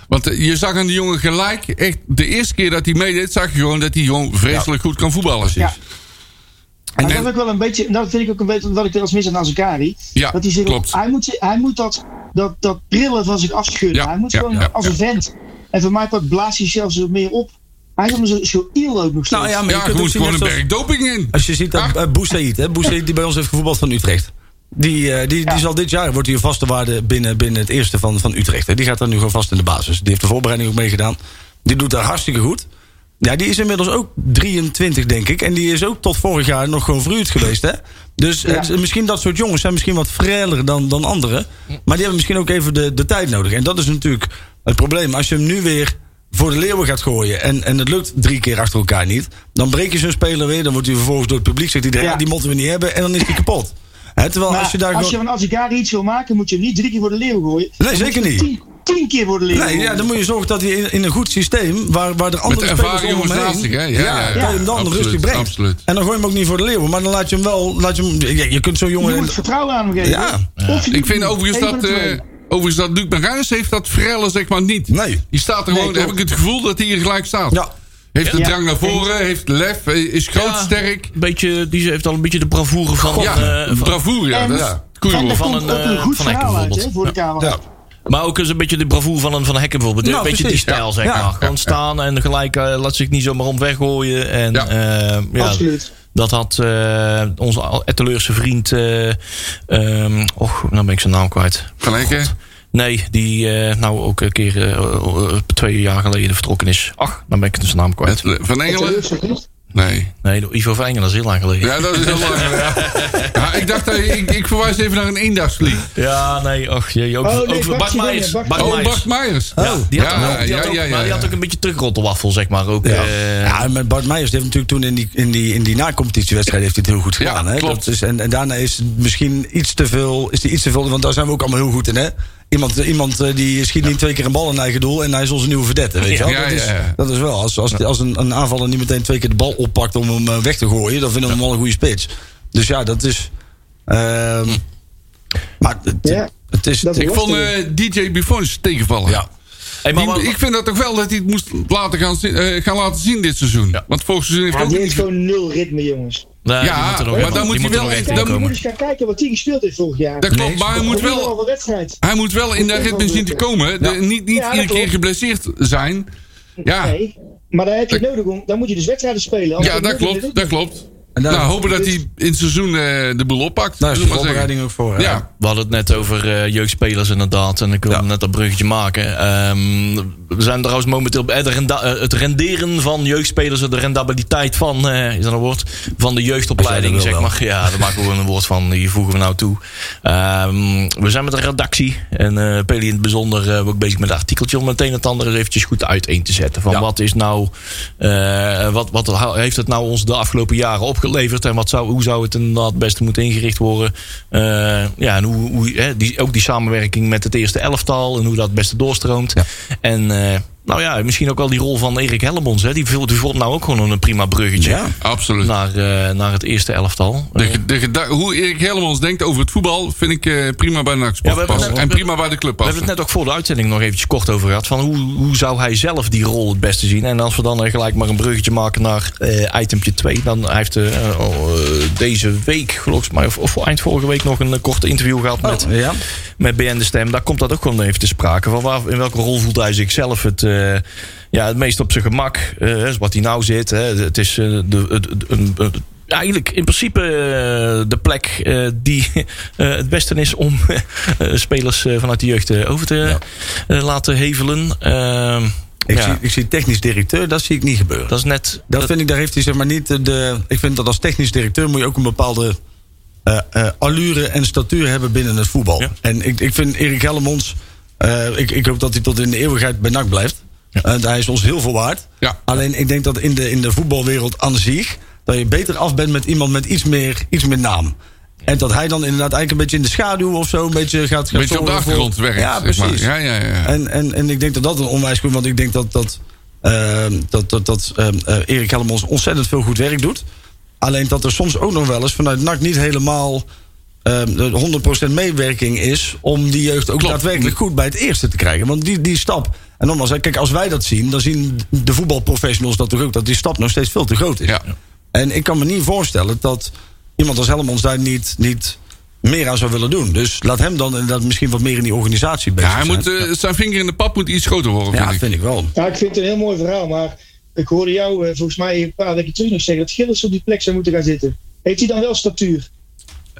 Want eh, je zag aan die jongen gelijk, echt de eerste keer dat hij meedeed, zag je gewoon dat hij gewoon vreselijk goed kan voetballen. Ja. En dat, en- heb ik wel een beetje, dat vind ik ook een beetje wat ik er als mis aan Azekari. Ja, dat hij, zich, klopt. hij moet, hij moet dat, dat, dat prillen van zich afschudden. Ja, hij moet ja, gewoon ja, als ja. een vent. En voor mij pakt blaast hij zelfs wat meer op. Hij is om zo, zo iel ook nog steeds. Nou ja, maar Ja, je je kunt ook moet zien gewoon een net zoals- berg doping in. Als je ziet dat Ah. eh, Boussaïd, hè, Boussaïd die bij ons heeft gevoetbald van Utrecht. Die, eh, die, die zal dit jaar, wordt hij een vaste waarde binnen, binnen het eerste van, van Utrecht. Hè. Die gaat dan nu gewoon vast in de basis. Die heeft de voorbereiding ook meegedaan. Die doet daar hartstikke goed. Ja, die is inmiddels ook 23, denk ik. En die is ook tot vorig jaar nog gewoon verhuurd geweest, hè? Dus eh, Ja. misschien dat soort jongens zijn misschien wat freller dan, dan anderen. Maar die hebben misschien ook even de, de tijd nodig. En dat is natuurlijk het probleem. Als je hem nu weer voor de leeuwen gaat gooien... en, en het lukt drie keer achter elkaar niet... dan breek je zo'n speler weer. Dan wordt hij vervolgens door het publiek... zegt iedereen, Ja. "Ah, die moeten we niet hebben. En dan is hij kapot. Hè, terwijl Maar als je daar gewoon... van Azekari iets wil maken, moet je hem niet drie keer voor de leeuw gooien. Nee, Dan zeker moet je hem niet. Tien, tien keer voor de leeuw Nee, ja, gooien. dan moet je zorgen dat hij in, in een goed systeem... waar, waar er andere ervaren spelers om hem jongens heen- naast zich, hè? Ja, ja, ja. dat je hem dan Absoluut, rustig brengt. absoluut. En dan gooi je hem ook niet voor de leeuwen. Maar dan laat je hem wel... Laat je, hem, je, je kunt zo'n je jongen... moet vertrouwen aan hem geven. Ja. Of je Ik doet vind het overigens niet. Eén dat, van de twee. eh overigens dat Luc Marijnis heeft dat frelle zeg maar niet. Nee. Die staat er gewoon, klopt. heb ik het gevoel dat hij hier gelijk staat. Ja. Heeft de Ja. drang naar voren, heeft lef, eh, is groot, Ja, sterk. Een beetje, die heeft al een beetje de bravoure van... Ja, eh, van- bravoure, ja. En- Dat is Ja. het goede en er woord. van komt een, ook een eh, goed Van Eyck verhaal uit hè, bijvoorbeeld. voor de camera. Ja. Maar ook eens een beetje de bravoure van een Van Hekken bijvoorbeeld. Nou, een beetje precies, die stijl, ja. zeg Ja. maar. Gewoon staan en gelijk eh, laat zich niet zomaar om weggooien. En, Ja. eh, ja, Absoluut. Dat had eh, onze Etteleurse vriend... eh, ehm, och, nou ben ik zijn naam kwijt. Van Hekken? God. Nee, die eh, nou ook een keer eh, eh, twee jaar geleden vertrokken is. Ach, dan ben ik zijn naam kwijt. Het- Van Engelen? Nee. Nee, door Ivo van Engelen, dat is heel lang geleden. Ja, dat is <laughs> heel lang. eh, Ja. Ja, ik dacht, dat- ik, ik verwijs even naar een eendagsvlieg. Ja, nee, ach, je, ook, Oh, nee, ook Bart Bart Sidonia, Meijers. Bart Oh, Meijers. Bart Meijers. Ja, die had, Ja, ook, die, Oh, ja, had ook, ja, ja, maar die ja. had ook een beetje terugrottenwaffel, zeg maar. Ook, Ja. eh, ja, en met Bart Meijers die heeft natuurlijk toen in die, in die, in die na-competitiewedstrijd heeft hij het heel goed Ja, gedaan. hè? klopt. Dat is, en, en daarna is het misschien iets te veel, is die iets te veel, want daar zijn we ook allemaal heel goed in. Hè? Iemand, iemand eh, die schiet niet twee keer een bal in eigen doel en hij is onze nieuwe verdette. Weet je wel? Ja, dat, ja, is, ja. dat is wel, als, als, als een, een aanvaller niet meteen twee keer de bal oppakt om hem eh, weg te gooien, dan vinden we hem wel een goede spits. Dus ja, dat is. Hm. ehm, maar het, Ja, het is. dat ik- Ik vond eh, DJ Buffons tegenvallen. ja. hey, maar, Die- maar- ik vind dat toch wel dat hij het moest laten gaan, zien- eh, gaan laten zien dit seizoen. Want vorig seizoen heeft Ja, hij ook die niet heeft gewoon nul ritme, jongens. Nee, die Ja, moet er nog maar even- dan moet die hij er wel nog echt- even dan Kijk, komen. dan moet eens gaan kijken wat hij gespeeld heeft vorig jaar. Dat klopt, maar hij moet wel, een wedstrijd. hij moet wel in dat ritme zien te komen. De- niet niet Ja, dat iedere keer klopt. geblesseerd zijn. Ja, Nee, maar daar heb je het nodig om. Dan moet je dus wedstrijden spelen. Als ja je dat het nodig klopt. hebt, Dat klopt. En daar- nou, hopen dat hij in het seizoen eh, de boel oppakt. Daar Nou, is zullen de we maar voorbereiding eh, ook voor. hè? zeggen. Ja, We hadden het net over eh, jeugdspelers inderdaad. En ik wilde net dat bruggetje maken. Ehm, we zijn trouwens momenteel bij de renda- eh, het renderen van jeugdspelers. De rendabiliteit van, eh, is dat een woord? Van de jeugdopleiding, Als jij zeg dat wil maar. Ja, daar maken we een woord van. Die voegen we nou toe. Ehm, we zijn met de redactie. En eh Peli in het bijzonder eh, ook bezig met een artikeltje. Om meteen het andere eens eventjes goed uiteen te zetten. Van wat is nou... eh, wat, wat hou- heeft het nou ons de afgelopen jaren opgeleverd? En wat zou, hoe zou het inderdaad het beste moeten ingericht worden? Eh, ja, en hoe, hoe, hè, die, ook die samenwerking met het eerste elftal. En hoe dat het beste doorstroomt. En... eh, nou ja, misschien ook wel die rol van Erik Hellemons. Hè? Die vult die vult nou ook gewoon een prima bruggetje Ja. absoluut. naar, eh, naar het eerste elftal. Eh, De ge- de geda- hoe Erik Helmans denkt over het voetbal... vind ik eh, prima bij NAC Sport Ja, we hebben passen. het En net- prima bij de club We passen. hebben het net ook voor de uitzending nog eventjes kort over gehad. Van hoe, hoe zou hij zelf die rol het beste zien? En als we dan eh, gelijk maar een bruggetje maken naar eh itempje 2. Dan hij heeft eh, oh, eh, deze week, geloof ik, maar, of, of eind vorige week nog een eh, korte interview gehad met, ja. met BN De Stem. Daar komt dat ook gewoon even te sprake. Van waar, in welke rol voelt hij zichzelf het, eh, ja, het meest op zijn gemak? eh, is wat hij nou zit. Hè, het is eh, de, het- het- een- een- Eigenlijk in principe eh, de plek eh, die <laughs> eh, het beste is om <laughs> eh, spelers eh, vanuit de jeugd eh, over te eh, laten hevelen. Ehm, Ik, ja, zie, ik zie technisch directeur, dat zie ik niet gebeuren. dat is net. Dat vind ik, daar heeft hij zeg maar niet eh, de. Ik vind dat als technisch directeur moet je ook een bepaalde eh, eh, allure en statuur hebben binnen het voetbal. Ja. En ik, ik vind Erik Hellemons. eh, ik, ik hoop dat hij tot in de eeuwigheid bij NAC blijft. Eh, hij is ons heel veel waard. Ja. Alleen ik denk dat in de, in de voetbalwereld aan zich. dat je beter af bent met iemand met iets meer, iets meer naam. En dat hij dan inderdaad eigenlijk een beetje in de schaduw of zo een beetje gaat... gaat Een beetje op de zorgen voor- achtergrond werkt. Ja, zeg maar. precies. Ja, ja, ja. En, en, en ik denk dat dat een onwijs goed... Want ik denk dat, dat, ehm, dat, dat, dat ehm, eh, Erik Helmons ontzettend veel goed werk doet. Alleen dat er soms ook nog wel eens vanuit NAC niet helemaal... ehm, de 100% meewerking is om die jeugd ook Klopt. daadwerkelijk goed bij het eerste te krijgen. Want die, die stap... En nogmaals, hè, kijk, als wij dat zien, dan zien de voetbalprofessionals dat toch ook... dat die stap nog steeds veel te groot is. Ja. En ik kan me niet voorstellen dat iemand als Helmons daar niet, niet meer aan zou willen doen. Dus laat hem dan inderdaad misschien wat meer in die organisatie bezig Ja, hij zijn. moet, eh, zijn vinger in de pap moet iets groter worden, ja, vind ik. vind ik wel. Ja, ik vind het een heel mooi verhaal, maar ik hoorde jou eh, volgens mij een paar weken terug nog zeggen dat Gillis op die plek zou moeten gaan zitten. Heeft hij dan wel statuur?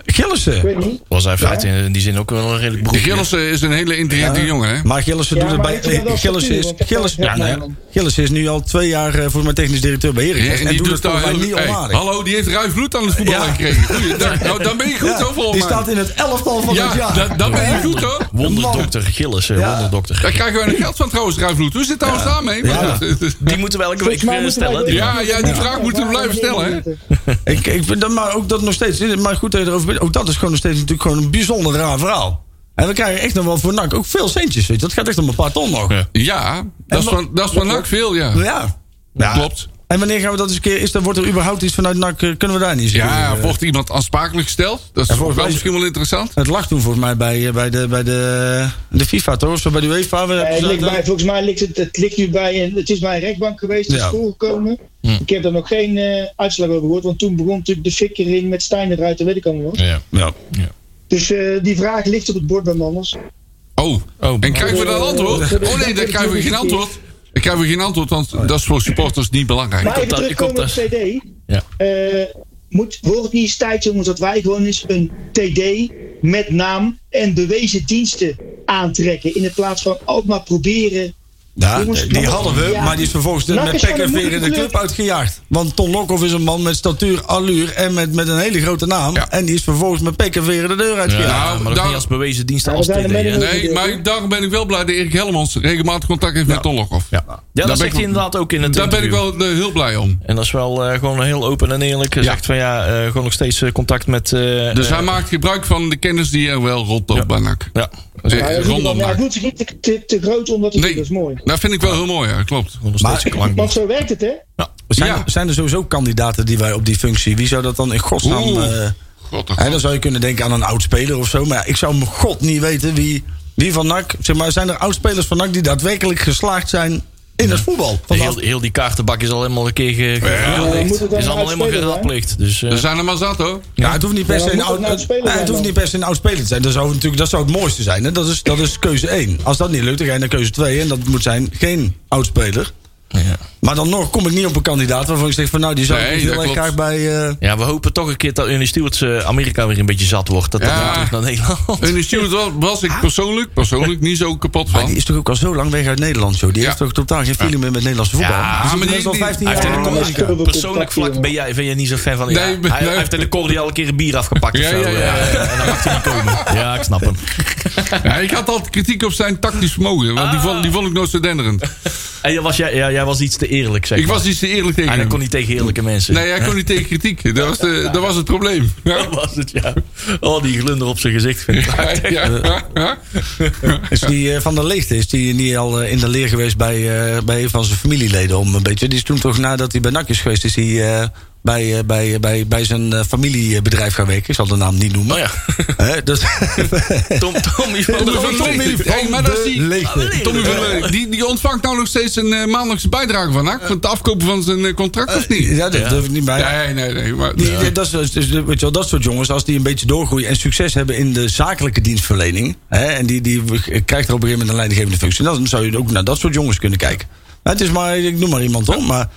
Ik Gillissen. weet niet. Was hij feit in die zin ook wel een redelijk De beroep. Gillissen eh, is een hele intelligente jongen, hè? Maar Gillissen Ja, doet het maar bij... weet je wel nee, dat Gillissen is, statuur, want Gillissen, dat- ja, dat- nee, Gillissen is nu al twee jaar eh, volgens mij technisch directeur bij Heracles. Ja, en, doet het volgens mij niet heel- Hey, onaardig. hallo, die heeft ruif bloed aan het voetbal Ja. gekregen. Goeiedag. nou, dan ben je goed, hoor, die volgens mij. staat in het elftal van het ja, jaar. dan, dan ben je goed, hoor. Wonderdokter Gillis, eh, Ja. Daar wonderdokter. krijgen wij nog geld van, trouwens, ruif bloed. Hoe zit het trouwens daarmee? eh, Ja. Maar dat- Die moeten we elke week Volgens mij eh, moeten wij stellen. weten- die- Ja, ja, die vraag moeten we Ja, blijven ja, stellen, hè? zeker. Ik, ik vind dat, maar ook dat nog steeds. Maar goed dat je erover bent. Ook dat is gewoon nog steeds natuurlijk gewoon een bijzonder raar verhaal. En we krijgen echt nog wel voor NAC ook veel centjes. Weet je. Dat gaat echt om een paar ton nog. Ja. Ja, dat is wat- van, dat is van NAC veel, ja. ja. Klopt. En wanneer gaan we dat eens een keer... Is, er- wordt er überhaupt iets vanuit NAC... eh, Kunnen we daar niet eens een keer, Ja, eh, wordt iemand aansprakelijk gesteld? Dat Ja, is volgens wel mij- misschien wel interessant. Het lag toen volgens mij bij, eh, bij, de, bij de, de FIFA, toch? Of zo bij de UEFA. Eh, het ligt bij, volgens mij ligt het, het ligt nu bij een, het is bij een rechtbank geweest, het Ja. is voorgekomen. Ik heb daar nog geen eh, uitslag over gehoord, want toen begon natuurlijk de fikkering met Stijn eruit, dat weet ik allemaal. Ja. ja. Dus eh, die vraag ligt op het bord bij Manners. Oh, en krijgen we dan antwoord? eh, Oh nee, dan krijgen we geen antwoord. Dan krijgen we geen antwoord, want dat is voor supporters niet belangrijk. Maar even dat- ik hoop terugkomen op dat- TD. Ja. Eh, moet, wordt het niet eens tijd, jongens, dat wij gewoon eens een TD met naam en bewezen diensten aantrekken. In de plaats van ook maar proberen. Ja, Jongens, die hadden we, ja. maar die is vervolgens NAC met is pek gewoon en een veer in de moeilijke club uitgejaagd. Want Ton Lokhoff is een man met statuur, allure en met, met een hele grote naam. Ja. En die is vervolgens met pek en veer de deur uitgejaagd. Ja. maar dat daar- niet als bewezen dienst als we zijn TD, er hè. met- Nee, maar daarom ben ik wel blij dat Erik Helmons regelmatig contact heeft met Tolokhoff. Ja, Ja, dat zegt hij inderdaad ook in het Daar ben ik interview. wel eh, heel blij om. En dat is wel eh, gewoon heel open en eerlijk. Hij Zegt van ja, eh, gewoon nog steeds eh, contact met... eh, Dus eh, hij maakt gebruik van de kennis die er wel rondloopt bij NAC. Ja, Eh, Ja, rondom maar het NAC. moet zich niet te, te, te groot om dat te Nee. doen, dat is mooi. Dat vind ik wel heel mooi, ja, klopt. nog steeds klank. Want zo werkt het, hè? Zijn, Ja. zijn er sowieso kandidaten die wij op die functie... Wie zou dat dan in godsnaam... Oeh. eh, God, oh hè, God. dan zou je kunnen denken aan een oud-speler of zo. Maar ja, ik zou mijn god niet weten wie, wie van NAC... Zeg maar, zijn er oud-spelers van NAC die daadwerkelijk geslaagd zijn in het voetbal? Van Heel, heel die kaartenbak is al helemaal een keer ge- ge- moet geraadpleegd. het dan Is allemaal helemaal uitspelen, hè? geraadpleegd. Dus eh, Er zijn er maar zat, hoor. Ja, het hoeft niet per Ja, se een moet het oud nou een speler nee, het zijn hoeft dan? niet per se een oud speler te zijn. Dat zou, natuurlijk, dat zou het mooiste zijn. Hè? Dat, is, dat is keuze 1. Als dat niet lukt, dan ga je naar keuze 2. En dat moet zijn geen oud speler. ja. Maar dan nog kom ik niet op een kandidaat waarvan ik zeg van nou, die zou Nee, ik dat heel erg klopt. graag bij. eh, ja, we hopen toch een keer dat Ernie Stewart's eh, Amerika weer een beetje zat wordt. Dat dat Ja. weer terug naar Nederland. En die Stewart was, was ik persoonlijk, persoonlijk niet zo kapot maar die van. is toch ook al zo lang weg uit Nederland, joh. Die Ja. heeft toch totaal geen feeling meer met Nederlandse voetbal. Ja, die zit maar die- meestal die- 15 hij jaar heeft in een Amerika. commercieel- Persoonlijk vlak ben jij, ben jij niet zo fan van... Ja, Nee, hij, nee. hij heeft in de Cordy al een keer een bier afgepakt. of Ja, zo, ja, ja. eh, en dan mag hij niet komen. Ja, ik snap hem. Ja, ik had altijd kritiek op zijn tactisch vermogen, want die, vond, die vond ik nooit zo denderend. En jij was, jij, ja, jij was iets te eerlijk, zeg Ik maar. was iets te eerlijk tegen En hem. dan kon niet tegen eerlijke mensen. Nee, hij kon niet tegen kritiek. Dat was, de, dat was het probleem. Ja, Dat <laughs> was het, ja. Oh, die glunder op zijn gezicht. Vind ik. ja, ja, ja. Is die eh, van de leegte is die niet al eh, in de leer geweest bij, eh, bij een van zijn familieleden om een beetje. Die is toen toch nadat hij bij NAC is geweest, is hij eh, bij, eh, bij, bij, bij zijn eh, familiebedrijf gaan werken. Ik zal de naam niet noemen. Oh ja, <laughs> Hè, dus, <laughs> Tom, Tom is van de Oh, Tommy van Leegte. Leegte. Hey, maar dat is die- leegte. Tommy van Leeuwen, die, die ontvangt nou nog steeds een eh, maandelijkse bijdrage van NAC. Van het afkopen van zijn eh, contract, of niet? Ja, dat durf ik niet bij. Nee, nee, nee. Maar, Die- die- dat, is- dus- dus, weet je wel, dat soort jongens, als die een beetje doorgroeien en succes hebben in de zakelijke dienstverlening. Hè, en die, die krijgt er op een gegeven moment een leidinggevende functie. Dan zou je ook naar dat soort jongens kunnen kijken. Nou, het is maar, ik noem maar iemand om, maar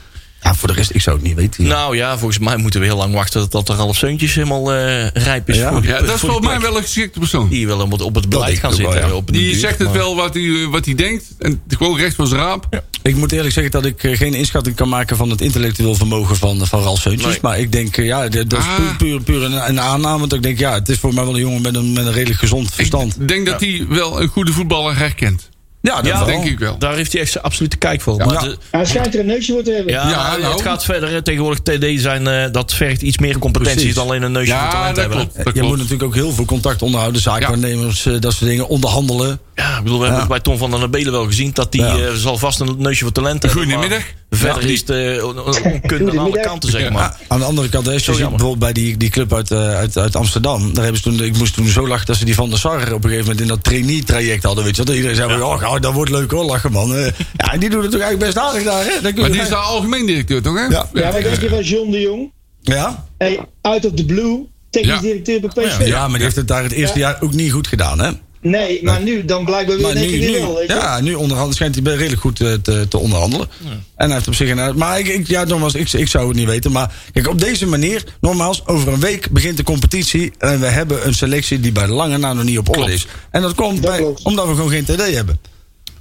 ja, voor de rest, ik zou het niet weten. Nou ja, volgens mij moeten we heel lang wachten tot er half Seuntjes helemaal eh, rijp is. Ja. voor die- ja, dat is voor volgens die mij plek. wel een geschikte persoon. Die wil helemaal op het denk beleid ik gaan ook wel, zitten. ja. op de Die duur, zegt het maar- wel wat hij eh, wat hij denkt. En gewoon recht van zijn raap. Ik moet eerlijk zeggen dat ik eh, geen inschatting kan maken van het intellectueel vermogen van, eh, van Ralf Seuntjes. Nee. Maar ik denk, eh, ja, d- dat is Ah. puur, puur, puur een, een aanname. Want ik denk, ja, het is voor mij wel een jongen met een, met een redelijk gezond verstand. Ik denk dat hij wel een goede voetballer herkent. Ja, dat Ja, wel. denk ik wel. Daar heeft hij echt zijn absolute kijk voor. maar Ja. de- Hij schijnt er een neusje voor te hebben. Ja, Ja, maar nou. het gaat verder. hè. Tegenwoordig TD zijn, eh, dat vergt iets meer competenties Precies. dan alleen een neusje voor Ja, talent dat hebben. hè. klopt. Dat Eh, Je moet klopt. natuurlijk ook heel veel contact onderhouden, zaakwaarnemers, eh, dat soort dingen, onderhandelen. Ja, ik bedoel, we hebben het bij Tom van der Nabelen wel gezien dat hij Ja. eh, zal vast een neusje voor talent hebben. Goedemiddag. maar Verder is het eh, <laughs> on- on- onkunde aan alle Goedemiddag. kanten, zeg Ja. maar. Ah, aan de andere kant, hè, als je Zo ziet jammer. bijvoorbeeld bij die, die club uit, eh, uit, uit Amsterdam. Daar hebben ze toen, ik moest toen zo lachen dat ze die Van der Sar op een gegeven moment in dat trainee-traject hadden. Weet je, wel. dat iedereen zei, oh, gauw, dat wordt leuk hoor, lachen man. Eh, ja, en die doen het toch eigenlijk best aardig daar. Hè? Dan kun Maar je- die is de algemeen directeur, toch? Hè? Ja. Ja, maar denk je van John de Jong? ja? Hey, out of the blue, technisch Ja. directeur bij PSV. Ja, maar die heeft het daar het eerste jaar ook niet goed gedaan. Hè? Nee, maar nu dan blijkbaar weer Maar in één nu, keer nu, weer wel. weet je. ja, nu onderhandelt schijnt hij wel redelijk goed eh, te, te onderhandelen. En hij heeft op zich een. Maar ik, ik, ja, nogmaals, ik, ik zou het niet weten. Maar kijk, op deze manier, nogmaals, over een week begint de competitie. En we hebben een selectie die bij lange na nog niet op orde Klopt. is. En dat komt bij- klopt. omdat we gewoon geen TD hebben.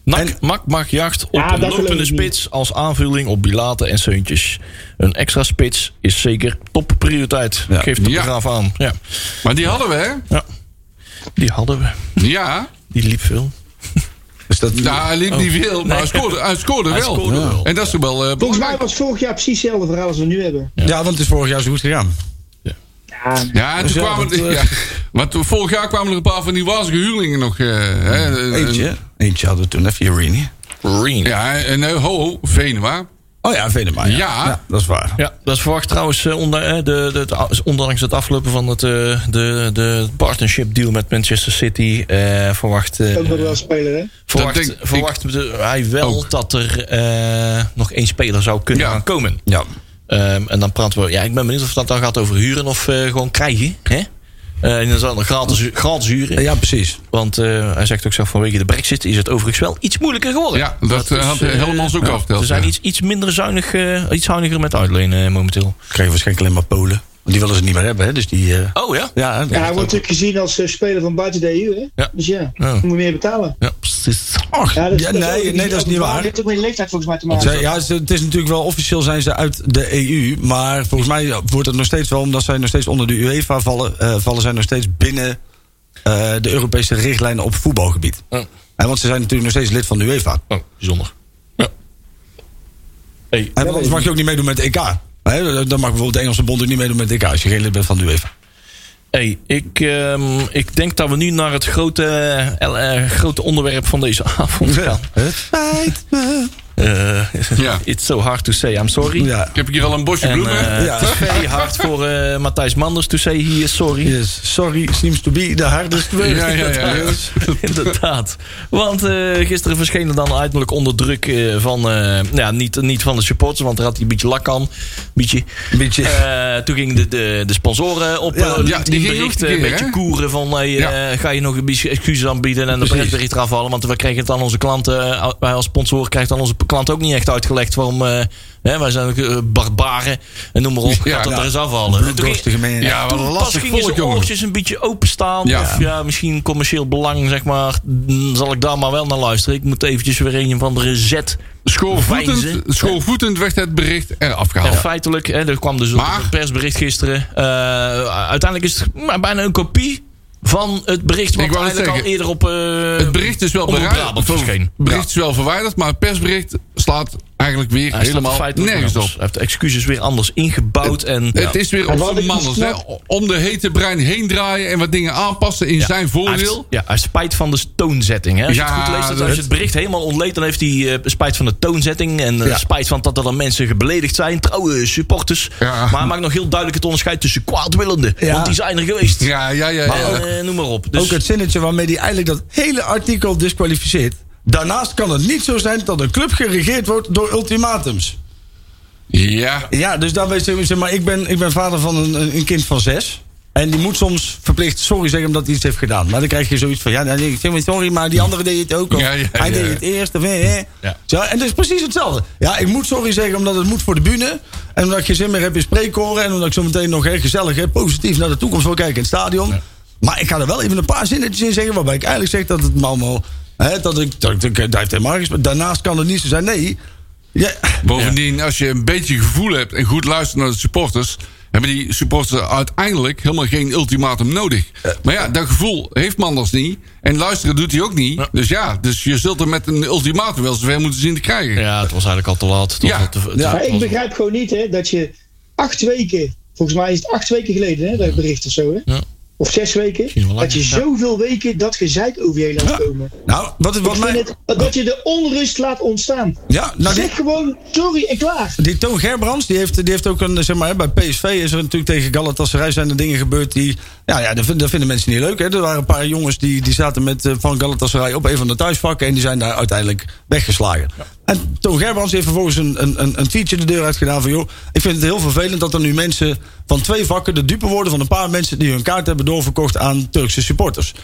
Nak, En- Mak mag jacht op Ja, een dat geloof lopende ik niet. spits als aanvulling op Bilaten en Seuntjes. Een extra spits is zeker topprioriteit, Ja. geeft de Ja. graaf aan. Ja. Maar die hadden we, hè? Die hadden we. Ja. Die liep veel. Dus dat, Ja, hij liep niet veel, maar hij scoorde, hij scoorde Hij wel. scoorde wel. En dat is toch wel... eh, Volgens mij belangrijk. was vorig jaar precies hetzelfde verhaal als we nu hebben. ja. want het is vorig jaar zo goed gegaan. Ja, Ja, en toen Dus ja, kwamen... dat, eh, <laughs> ja, want toen- vorig jaar kwamen er een paar van die wazige huurlingen nog. eh, hè, eh, Eentje. Eentje hadden we toen, hè, Fiorini. Green. Ja. Ja, en eh, ho, ho, Venema. Oh ja, Venema. Ja. Ja. dat is waar. dat verwacht trouwens, eh, onder, eh, de, de, het- ondanks het aflopen van het, eh, de, de partnership deal met Manchester City, eh, verwacht, eh, ook nog wel een speler, hè? verwacht, Dat denk ik verwacht de- hij wel ook. dat er eh, nog één speler zou kunnen Ja. gaan komen. Ja. Ehm, en dan praten we. Ja, ik ben benieuwd of dat dan gaat over huren of eh, gewoon krijgen. Hè? Eh, en dan zal het gratis, gratis huren. ja, precies. Want eh, hij zegt ook zelf vanwege de brexit is het overigens wel iets moeilijker geworden. Ja, dat, eh, had eh, Helmans ook al verteld, Ze zijn ja. iets, iets minder zuinig, eh, iets zuiniger met uitlenen eh, momenteel. Kregen waarschijnlijk alleen maar Polen. Want die willen ze niet meer hebben, hè? Dus die. eh, Oh ja? ja, Ja, hij wordt natuurlijk gezien als eh, speler van buiten de EU, hè? Ja. Dus ja, Ja. moet je meer betalen. Ja, precies. Och, Ja, ja, nee, nee, dat is niet waar. Het heeft ook met je leeftijd volgens mij te maken. Zij- ja, ze- het is natuurlijk wel officieel zijn ze uit de EU. Maar volgens mij wordt het nog steeds wel, omdat zij nog steeds onder de UEFA vallen, eh, vallen zij nog steeds binnen eh, de Europese richtlijnen op voetbalgebied. Oh, En want ze zijn natuurlijk nog steeds lid van de UEFA. oh, bijzonder. Ja. Hey, En anders mag je ook niet meedoen met de EK. Hè, dan mag bijvoorbeeld de Engelse bond ook niet meedoen met de EK als je geen lid bent van de UEFA. hey, ik, ehm, ik denk dat we nu naar het grote, eh, el- eh, grote onderwerp van deze <laughs> avond gaan. Het spijt me. Eh, Ja. <laughs> It's so hard to say, I'm sorry. Ja. Ik heb hier al een bosje En, bloemen. eh, Ja. Het is very hard voor eh, Matthijs Manders to say he is sorry. Yes, sorry, seems to be the hardest word. ja, ja, ja. ja. <laughs> Inderdaad. Want eh, gisteren verschenen dan uiterlijk onder druk eh, van... eh, nou ja, niet, niet van de supporters, want daar had hij een beetje lak aan. Beetje. Beetje. Eh, toen gingen de, de, de sponsoren op Ja, eh, ja, LinkedIn die gingen berichten. ook een Een keer, beetje hè? koeren van... hey, eh, Ja. ga je nog een beetje excuses aanbieden en de Precies. persbericht eraf halen. Want we kregen het aan onze klanten... eh, wij als sponsor krijgt aan onze klant ook niet echt uitgelegd... waarom eh, hè, wij zijn ook, eh, barbaren en noem maar op. Ja, gaat dat nou, er eens afhalen. En toen ging- Bloeddorstige mensen. Ja, wat toen een pas lastig gingen volk, zijn jongen. oortjes een beetje openstaan. Ja. Of ja, misschien commercieel belang, zeg maar. Mm, Zal ik daar maar wel naar luisteren. Ik moet eventjes weer een of andere zet. Schoorvoetend, Veinzen. schoorvoetend werd het bericht eraf En gehaald. feitelijk, hè, er kwam dus Maar- een persbericht gisteren. Eh, uiteindelijk is het maar bijna een kopie van het bericht... wat Ik wou net eigenlijk al zeggen, eerder op... eh, Het bericht is wel, Omroep bereid, Brabant het verscheen. bericht is wel verwijderd, maar het persbericht slaat eigenlijk weer Hij staat helemaal feitelijk nergens anders. op. Hij heeft de excuses weer anders ingebouwd. en, Het is weer op En wat nou? zijn ik niet mandels. hè. snap- Om de hete brein heen draaien en wat dingen aanpassen in Ja, zijn Hij heeft, voordeel. ja, hij heeft spijt van de toonzetting. Hè? Als je Ja, het goed leest, dat dat- als je het bericht helemaal ontleedt... dan heeft hij eh, spijt van de toonzetting... en eh, Ja. spijt van dat er dan mensen gebeledigd zijn. Trouwe supporters. Ja. Maar hij maakt nog heel duidelijk het onderscheid tussen kwaadwillenden. Ja. Want die zijn er geweest. Ja, ja, ja. Maar, ja. eh, noem maar op. Dus, Ook het zinnetje waarmee hij eigenlijk dat hele artikel disqualificeert. Daarnaast kan het niet zo zijn dat een club geregeerd wordt door ultimatums. Ja, Ja, dus daar weet je, zeg maar, ik ben, ik ben vader van een, een- een kind van zes. En die moet soms verplicht sorry zeggen omdat hij iets heeft gedaan. Maar dan krijg je zoiets van, ja, nou, ik zeg maar sorry, maar die andere deed het ook. Of Ja, ja, hij ja. deed het eerst. Of, eh, eh. Ja. Zo, en dat is precies hetzelfde. Ja, ik moet sorry zeggen omdat het moet voor de bühne. En omdat ik geen zin meer heb in spreekkoren. En omdat ik zo meteen nog heel gezellig hè, positief naar de toekomst wil kijken in het stadion. Maar ik ga er wel even een paar zinnetjes in zeggen waarbij ik eigenlijk zeg dat het me allemaal... Hè, dat ik, dat ik, dat hij heeft helemaal gespeeld. Daarnaast kan het niet zo zijn. Nee, Ja. Bovendien, als je een beetje gevoel hebt en goed luistert naar de supporters... hebben die supporters uiteindelijk helemaal geen ultimatum nodig. Maar ja, dat gevoel heeft Manders niet. En luisteren doet hij ook niet. Dus ja, dus je zult er met een ultimatum wel zover moeten zien te krijgen. Ja, het was eigenlijk al te laat. Het was Ja. al te- het Ja. was- Maar ik begrijp gewoon niet hè, dat je acht weken, volgens mij is het acht weken geleden, hè, dat bericht of zo, hè? Ja. of zes Misschien weken, wel dat je langer, zoveel weken dat gezeik over je heen laat komen. Nou, wat, Ik wat vind mij... het, dat je de onrust laat ontstaan. Ja, nou, die- zeg gewoon sorry en klaar. Die Toon Gerbrands, die heeft, die heeft ook een, zeg maar, bij PSV is er natuurlijk tegen Galatasaray zijn er dingen gebeurd die, ja, ja dat, vinden, dat vinden mensen niet leuk. Hè. Er waren een paar jongens die, die zaten met, eh, van Galatasaray op een van de thuisvakken en die zijn daar uiteindelijk weggeslagen. En Toon Gerbrands heeft vervolgens een, een, een, een tweetje de deur uit gedaan van, joh, ik vind het heel vervelend dat er nu mensen van twee vakken de dupe worden van een paar mensen die hun kaart hebben doorverkocht aan Turkse supporters.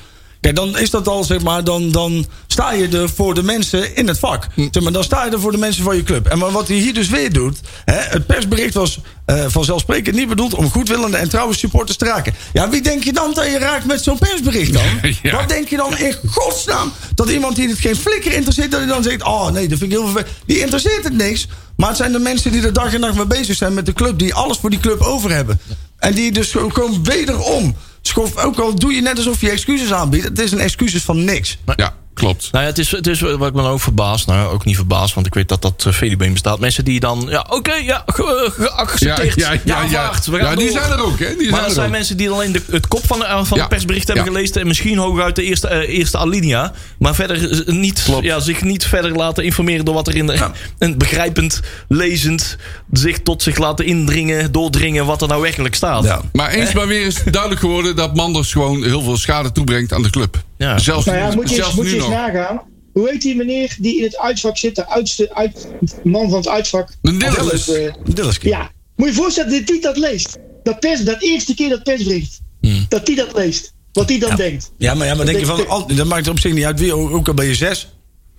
Kijk, dan is dat al, zeg maar, dan, dan sta je er voor de mensen in het vak. Zeg maar, dan sta je er voor de mensen van je club. En maar wat hij hier dus weer doet, hè, het persbericht was eh, vanzelfsprekend niet bedoeld om goedwillende en trouwe supporters te raken. Ja, wie denk je dan dat je raakt met zo'n persbericht dan? Ja. Wat denk je dan in godsnaam dat iemand die het geen flikker interesseert, dat hij dan zegt, oh nee, dat vind ik heel vervelend. Die interesseert het niks. Maar het zijn de mensen die er dag en nacht mee bezig zijn met de club, die alles voor die club over hebben. En die dus gewoon- gewoon wederom Schof, ook al doe je net alsof je excuses aanbiedt, het is een excuses van niks. Ja, klopt. Nou ja, het is, het is wat ik me dan ook verbaas. Nou, ook niet verbaasd, want ik weet dat dat eh, feedback bestaat. Mensen die dan, ja, oké, ja, ge- eh, geaccepteerd. Ja, aanvaard, we gaan Ja, die door. zijn er ook, hè? Die Maar zijn dat er zijn ook. mensen die alleen de, het kop van, de, van Ja. het persbericht hebben Ja. gelezen. En misschien hooguit de eerste, eh, eerste alinea. Maar verder eh, niet, ja, zich niet verder laten informeren door wat er in de. En begrijpend, lezend, zich tot zich laten indringen, doordringen wat er nou werkelijk staat. Ja. Maar eens maar weer is duidelijk geworden dat Manders gewoon heel veel schade toebrengt aan de club. Ja. Zelfs, Nou ja, nu- moet je, eens, zelfs moet je nu eens nog. nagaan. Hoe heet die meneer die in het uitvak zit, de uitste uit, man van het uitvak? De Dillis. Dat, eh, Dillerski. Ja, moet je je voorstellen dat die dat leest. Dat, pers, dat eerste keer dat persbericht. Dat die dat leest. Wat die dan denkt. Ja, maar, ja, maar denk je van, al- dat maakt er op zich niet uit wie, ook ook al ben je zes.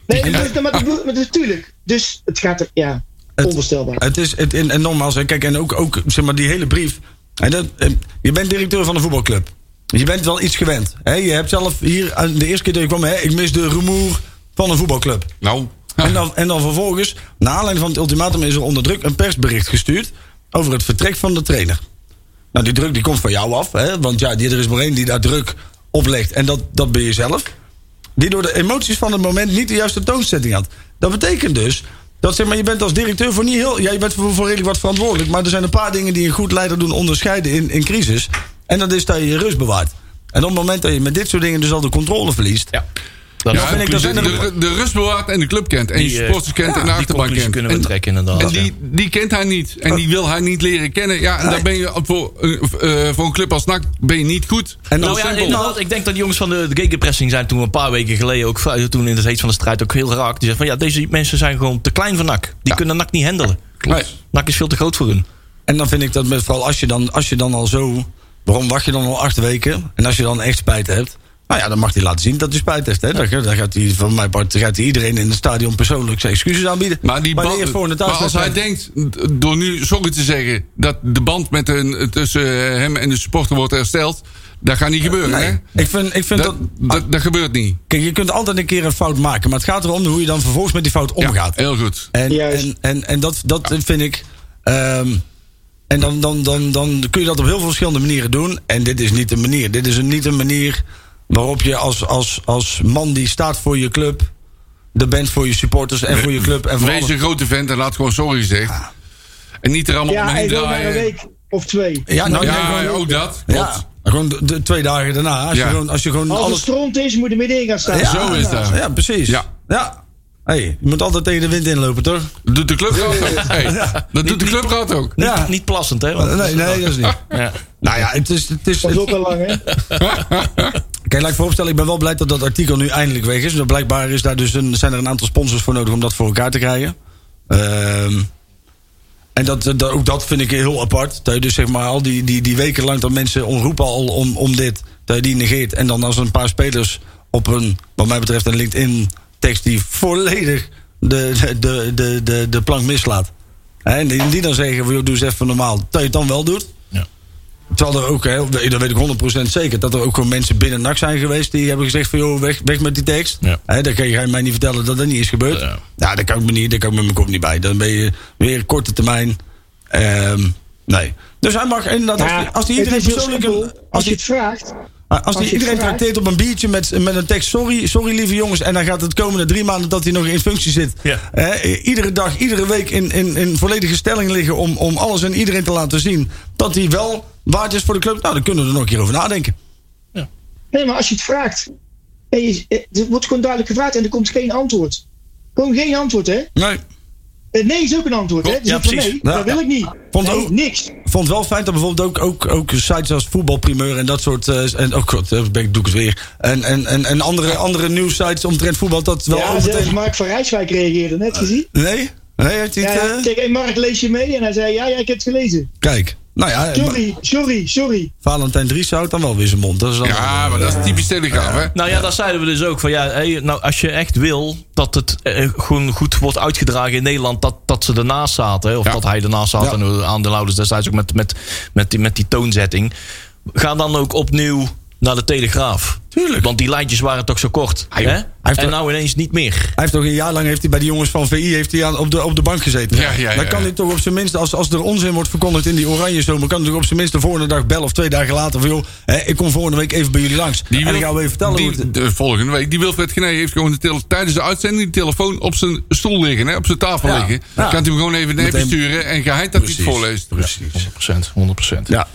Nee, maar dat- maar dat- maar dat- natuurlijk. Dus het gaat er, ja, Het- onvoorstelbaar. Het is, het, en, en nogmaals, hè, kijk, en ook, ook zeg maar, die hele brief. En dat, eh, je bent directeur van een voetbalclub. Je bent wel iets gewend. Hè? Je hebt zelf hier, eh, de eerste keer dat je kwam, hè, ik mis de rumoer van een voetbalclub. Nou, En dan, en dan vervolgens, na aanleiding van het ultimatum, is er onder druk een persbericht gestuurd over het vertrek van de trainer. Nou, die druk die komt van jou af, hè? want ja, die, er is maar één die daar druk op legt. En dat, dat ben je zelf. Die door de emoties van het moment niet de juiste toonzetting had. Dat betekent dus dat zeg maar, je bent als directeur voor niet heel. Ja, je bent voor, voor redelijk wat verantwoordelijk. Maar er zijn een paar dingen die een goed leider doen onderscheiden in, in crisis. En dat is dat je je rust bewaart. En op het moment dat je met dit soort dingen dus al de controle verliest. Ja. Dat dus ja, vind ik dus de, dat zijn er- de, de rust bewaart en de club kent. En Die, je eh, supporters kent ja, en de die achterban conclusie kent. kunnen we En- trekken inderdaad, En ja. die, die kent hij niet. En die wil hij niet leren kennen. Ja, en daar ben je voor, eh, eh, voor een club als NAC ben je niet goed. En dan- Heel Nou ja, simpel. inderdaad, ik denk dat die jongens van de, de gegenpressing zijn toen een paar weken geleden ook eh, toen in het heet van de strijd ook heel raak. Die zeggen van ja, deze mensen zijn gewoon te klein voor NAC. Die kunnen NAC niet handelen. Nee. NAC is veel te groot voor hun. En dan vind ik dat met, vooral als je, dan, als je dan al zo. Waarom wacht je dan al acht weken? En als je dan echt spijt hebt. Nou ja, dan mag hij laten zien dat hij spijt heeft. Hè? Dan, gaat- dan gaat hij, van mijn part, gaat hij iedereen in het stadion persoonlijk zijn excuses aanbieden. Maar, die Wanneer band- je voor een maar als hij thuiswedstrijd- denkt, d- door nu sorry te zeggen... dat de band met een, tussen eh, hem en de supporter wordt hersteld... dat gaat niet gebeuren, hè? Nee, ik vind, ik vind Dat, dat, dat, dat gebeurt niet. Kijk, je kunt altijd een keer een fout maken. Maar het gaat erom hoe je dan vervolgens met die fout Ja, omgaat. heel goed. En, Juist. en, en, en dat, dat vind ik. ehm, en dan, dan, dan, dan kun je dat op heel veel verschillende manieren doen. En dit is niet een manier. Dit is een, niet een manier waarop je als, als, als man die staat voor je club. De bent voor je supporters Dus en voor je club. En voor Wees alles. een grote vent en laat gewoon sorry zeggen. En niet er allemaal Ja, omheen en nou, wil maar een eh, draaien. week of twee. Ja, Oh, nou, nee, Ja, gewoon- ook dat. ja, Klopt. gewoon de, de twee dagen daarna. Als Ja. je gewoon, als je gewoon Als het alles. stront is, moet er middenin gaan staan. Ja, Zo is dat. Ja, precies. Ja. ja. Hey, je moet altijd tegen de wind inlopen, toch? Dat doet de clubraad ook. Hey, dat doet de clubraad ook. Niet, Ja. niet plassend, hè? want- Nee, nee, dat is niet. Ja. Nou ja, het is. Het is Dat is ook al <laughs> lang, hè? Kijk, laat ik vooropstellen, ik ben wel blij dat dat artikel nu eindelijk weg is. Want blijkbaar is daar dus een, zijn er een aantal sponsors voor nodig om dat voor elkaar te krijgen. Ehm, en dat, dat, ook dat vind ik heel apart. Dat je dus zeg maar al die, die, die weken lang dat mensen omroepen al om, om dit, dat je die negeert. En dan als een paar spelers op een, wat mij betreft, een LinkedIn-tekst die volledig de, de, de, de, de, de plank mislaat. Hè, En die, die dan zeggen, van, joh, doe eens even normaal. Dat je het dan wel doet. Terwijl Terwijl er ook, hè, dat weet ik 100% zeker, dat er ook gewoon mensen binnen NAC zijn geweest die hebben gezegd van joh, weg, weg met die tekst. Ja. Hè, dan kan je, ga je mij niet vertellen dat dat niet is gebeurd. Ja. Nou, daar kan ik me niet, daar kan ik met mijn kop niet bij. Dan ben je weer korte termijn. ehm, nee. Dus hij mag inderdaad, als die- als hij iedereen Nou het is heel persoonlijk... simpel. een- Als je het vraagt, Ah, Als, Als die je iedereen vraagt- trakteert op een biertje met, met een tekst: sorry, sorry lieve jongens. En dan gaat het komende drie maanden dat hij nog in functie zit. Ja. eh, iedere dag, iedere week in, in, in volledige stelling liggen. Om, om alles en iedereen te laten zien dat hij wel waard is voor de club. Nou, dan kunnen we er nog een keer over nadenken. nee, maar als je het vraagt, en je, eh, er wordt gewoon duidelijk gevraagd en er komt geen antwoord. Gewoon geen antwoord, hè? Nee. Eh, Nee is ook een antwoord, hè? Dus Ja, ik van, precies. Nee, Ja. dat wil ik niet. Vond Nee, ook- niks. Vond het wel fijn dat bijvoorbeeld ook, ook, ook sites als voetbalprimeur en dat soort. eh, en oh god, eh, ben ik doe ik het weer. En, en, en, en andere, andere nieuwsites omtrent voetbal. Dat wel Ja, over zelfs tegen. Mark van Rijswijk reageerde, net gezien. Nee? Nee, heeft hij het, Ja, eh? Kijk, hey, Mark, lees je mee? En hij zei, ja, ja, ik heb het gelezen. Kijk. Nou ja, eh, maar Sorry, sorry, sorry. Valentijn Dries houdt dan wel weer zijn mond. Dat is dan Ja, maar dat is typisch Telegraaf, hè? Nou ja, daar zeiden we dus ook van ja, hey, nou, als je echt wil dat het eh, gewoon goed wordt uitgedragen in Nederland, dat, dat ze ernaast zaten, hè, of Ja. dat hij ernaast zat Ja. en hoe aan de Louders destijds ook met, met, met, die, met die toonzetting. Ga dan ook opnieuw naar de Telegraaf. Tuurlijk. Want die lijntjes waren toch zo kort. joh. hè? heeft En er- nou ineens niet meer. Hij heeft toch een jaar lang heeft hij bij de jongens van VI heeft hij aan, op, de, op de bank gezeten. Ja, ja, ja, dan kan ja. hij toch op zijn minst, als, als er onzin wordt verkondigd in die oranje zomer, kan hij toch op zijn minst de volgende dag bellen of twee dagen later van joh, hè, ik kom volgende week even bij jullie langs. en wil- dan gaan we even vertellen die- hoe het... de volgende week. Die Wilfred Gené heeft gewoon de tele- tijdens de uitzending die telefoon op zijn stoel liggen, hè, op zijn tafel Ja. liggen. Dan Ja. kan hij hem gewoon even Meteen- even sturen en geheid dat hij het voorleest. Precies. 100%, 100%. Ja.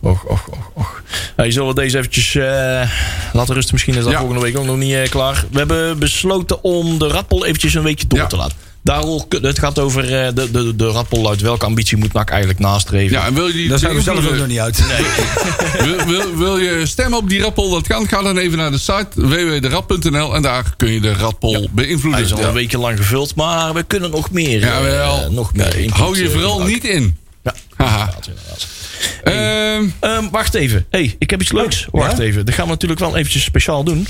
Och, och, och, och. Nou, je zullen we deze eventjes eh, laten rusten. Misschien is dat Ja. volgende week ook nog niet eh, klaar. We hebben besloten om de Radpol eventjes een weekje door Ja. te laten. Daarom, het gaat over eh, de, de, de Radpol uit welke ambitie moet NAC eigenlijk nastreven. Ja, en wil je die Daar zijn we zelf ook nog beïnvloeden- niet uit. <laughs> wil, wil, wil je stemmen op die radpol? Dat kan. Ga dan even naar de site www.derad.nl en daar kun je de radpol Hij beïnvloeden. is al Ja. een weekje lang gevuld, maar we kunnen nog meer. eh, Jawel. nog meer input, Hou je eh, vooral gebruiken. niet in. Ja, Haha. inderdaad, inderdaad. Ehm, Ehm, wacht even. hey, ik heb iets leuks. Wacht even. Dat gaan we natuurlijk wel eventjes speciaal doen.